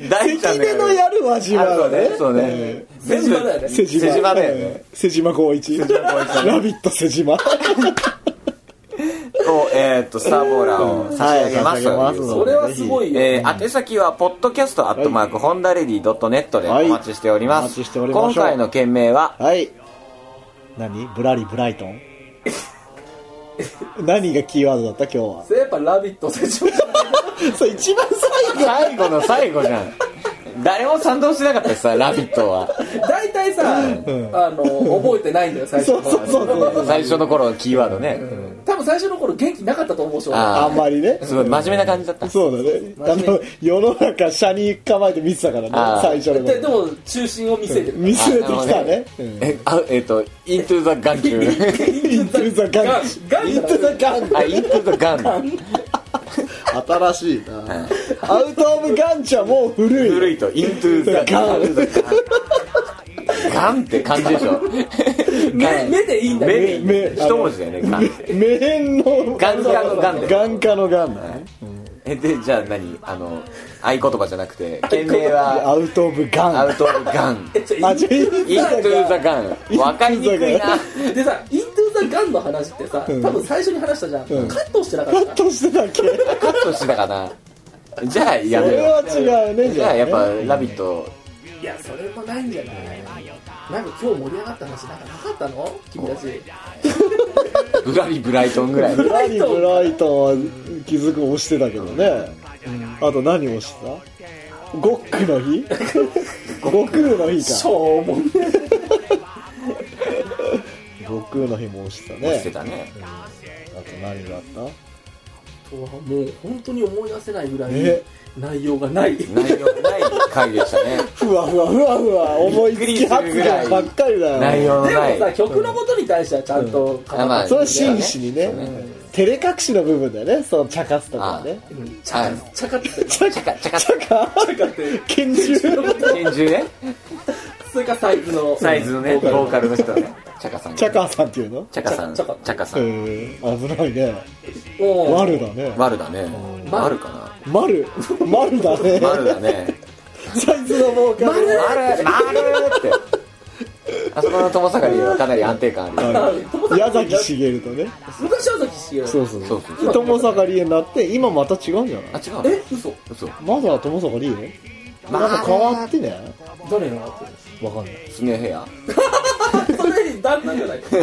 大ちゃ
関
んね
根のやるわ自
あそ
慢
うね。そうね。全
瀬島だ
部
瀬
よね
島
瀬島だよね
瀬島光一ラビット瀬島
を、えーっと、スターボーラーを差し上げます。
はい差し上げます
それはすごいよ
えー宛先は、ポッドキャストアットマーク、ホンダレディドットネットでお待ちしておりま
はいお
す。
待ちしておりましょう
今回の件名は、
はい何ブラリブライトン 何がキーワードだった今日は
それやっぱ「ラビット!」成長じゃない
そう一番最後
最後の最後じゃん。誰も賛同しなかったですさ、ラビットは。
大体さあの覚えてないんだよ最初
そうそうそう
最初の頃のキーワードね。
多分最初の頃元気なかったと思うし、俺
あ
あんまりね。
すごい真面目な感じだった。
そうだね。あ
真面
の、世の中、車に構えて見てたから
あ
ね
ー、
最初の
でで
頃。
も中心を見せてる
見据えてきたね。 うん
え、あ、えっと、イントゥーザガン級。
イントゥザガン。
ガン
イントゥザガン。
あ、イントゥーザガン。
新しいな。アウトオブガンチャもう古い。
古いと、イントゥーザガン。ガンって感じでしょ。
目目でいいんだ
目
よ
でいいね
目
一文字だよね、 ガンって。
目変の。
ガン化のガンだよ
ガン化のガンだね。
え、で、じゃあ何あの、合言葉じゃなくて、件名は、
アウトオブガン。
アウトガ ン。
えちょ
あ、じゃあイント
イントゥ
ゥ
ー
ザ
ザガン。わかりにくいな。
でさイントゥ・ザ・ガンの話ってさ多
ん
分最初に話したじゃん、
うん
カットしてなか
ガン。
っ
カッ
た
トしてたっけ
カットしてたかな。じゃあ、や
そ
め
れ
よ
は違うね、
う。じゃあ、やっぱ、
ね
ラビット、
いやそれもないんじゃないなんか今日盛り上がった話なんかなかったの君たち
ブラリブライトンぐらい。
ブライトンブライトンは気づく押してたけどね、あと何押してたゴック の日悟空の日
し
か
ょうもね
悟空の日も押してたね
してたね。
あと何があっ
もう本当に思い出せないぐらい
え
内容がない
内容ない回でしたね。
たふわふわふわふわ思いつき発言ばっかりだよ
内容
で
のな
もさ
い。
曲のことに対してはちゃんと語って
うんあまあ
それは真摯にね
そうね
照れ隠しの部分だよねその茶化すとかね
うんちゃかちゃかって
チャカチャカ。
茶化
って
拳銃
拳銃ね。
それかサイズの
サイズのね、ボーカルの人ね。チャカさん。
茶化さんっていうの
チャカさん。チ
チャカ
ャカさ。
うんん危ないね
もう
丸だね
丸だね。丸か
丸丸だね
な。丸だね。
サイズのボーカル
丸丸って。あそこの友坂にはかなり安定感ある。
矢崎茂とね
昔はさきしよ
そうそう
そうそう
そう
友坂理恵になって今また違うんじゃな
あ、
い
違うの
え嘘
嘘。
まだ友坂理恵なんか変わってね
誰がってる
わかんない
スネヘア。
それ旦那じゃないそ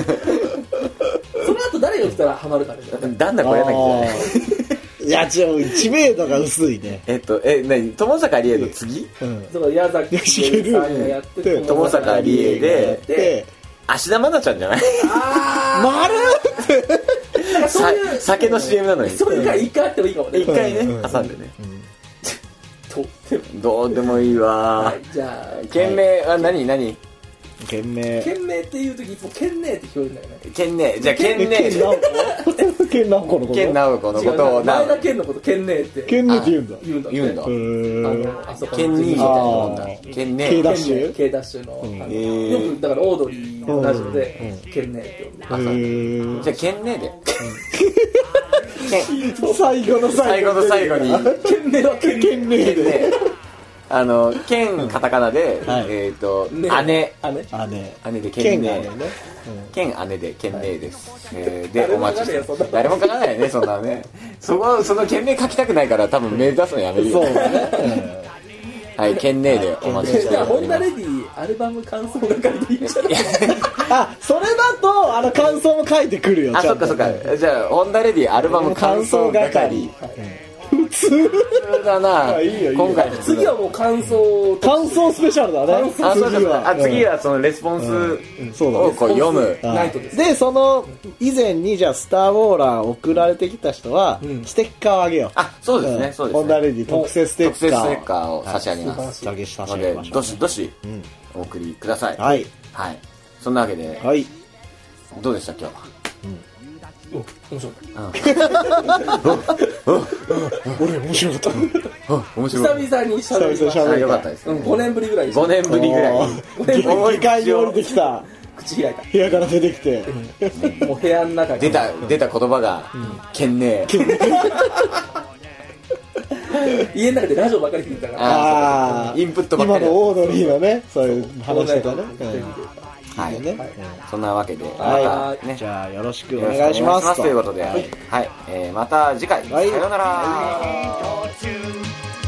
の後誰が来たらハマるかね
だんだんこれやんなきゃいけない。
あーいや違う知名度が薄いね
えっと、え、なに、友坂理恵の次
うん
その矢崎茂さんがやって
で
て
友坂理恵で、
で
芦田愛菜ちゃんじゃない
あ
丸
あなんかそ
さ
ういう
酒の CM なのに。
そういう回一回あってもいいかもね
一回ね
うん、
挟んでね。
とっても
どうでもいいわ
はいじゃあ
県名は何何
懸命
県名っていう時いつも県名って聞こえるんだよね
県名じゃあ県名
健直子のこと
県直子のこと
違
を
う前
な
田健のこと県名って
健名って言うんだ
言うんだ
言うんだ
へー
あのあそこの
県にみたいなもんだ
あー
県名
県だ
県名
ダッシュ
K ダッシュのあの
へー
よくだからオードリーのラジオで県名って呼んで
へー
じゃあ県名で県
最後の
最
最
後
後
の最後に
県名は県名
懸命
県
で
名あの県カタカナで
はい
えっと
ね
姉
あね
あね
姉で県
県が
名
ね
県姉で県名ですえーで
誰
お
も
待ち
書かねえよ
し
そん
て
な
誰も書かないよねそんなの ねそこはその県名書きたくないから多分名出すのやめる
そ
よ
うだね
はい県名でお待ちし
じ
て
ゃあ、
お
ホ
り
ン
ま
ダ
す
レディ、アルバム感想係でいいんじゃ ない
あそれだとあの感想も書いてくるよ
あ、
ち
そ
ゃ
っ
ん
かそ
と
っか。じゃあ、ホンダレディアルバム感想係。
普通
普通だな。
あいいよいいよ
今回普通だ
次はもう感想を、
感想スペシャルだね
あ、そうかそうか。あ、次
は
はそのレスポン
うん
ス
そうだ
を
ね
こう読む。
うん
ナイトです
でその以前にじゃあ「スター・ウォーラー」送られてきた人は
ん
ステッカーをあげよう
あ、そうです
う
ね、
ん
そうです
ホンダ
ね。
レディ特製ステ
特
ッ
製ステ
カー
ッ
を
カーを差し上げま
はい
す。
差し上げ差し
の
上げ
で
まし、ょ
ど
う
しどし
ん
お送りください。
はい
はい。そんなわけで、
はい
どうでした今日は。
お面白かっ
俺面白 かった
あ面
た
白い。
久々に喋りま
久々
し
あ
に
よかったです
た。うん、
ね。
5年ぶりぐらいでし
5
た
年ぶりぐらい。
お2階に降りてきた
口開い
部屋から出てきて
た。もう部屋の中に。
出た、出た言葉が、懸命。
家の中でラジオばっかり聞いてたから。
あ
あ
ーそう
あ
インプットばっかり
今
だ
のオードリーのねそういう
オール
話
ナ
と
イ
か
ト
ね
のテレビで
はいい
い。ね
そんなわけで、ま
は
たね。
じゃあよろしくお
よろ
願い
し
し
くお願
ま
いしますすということで、はい、えーまた次回、
はい
さようなら。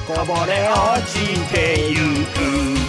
こぼれ落ちてゆく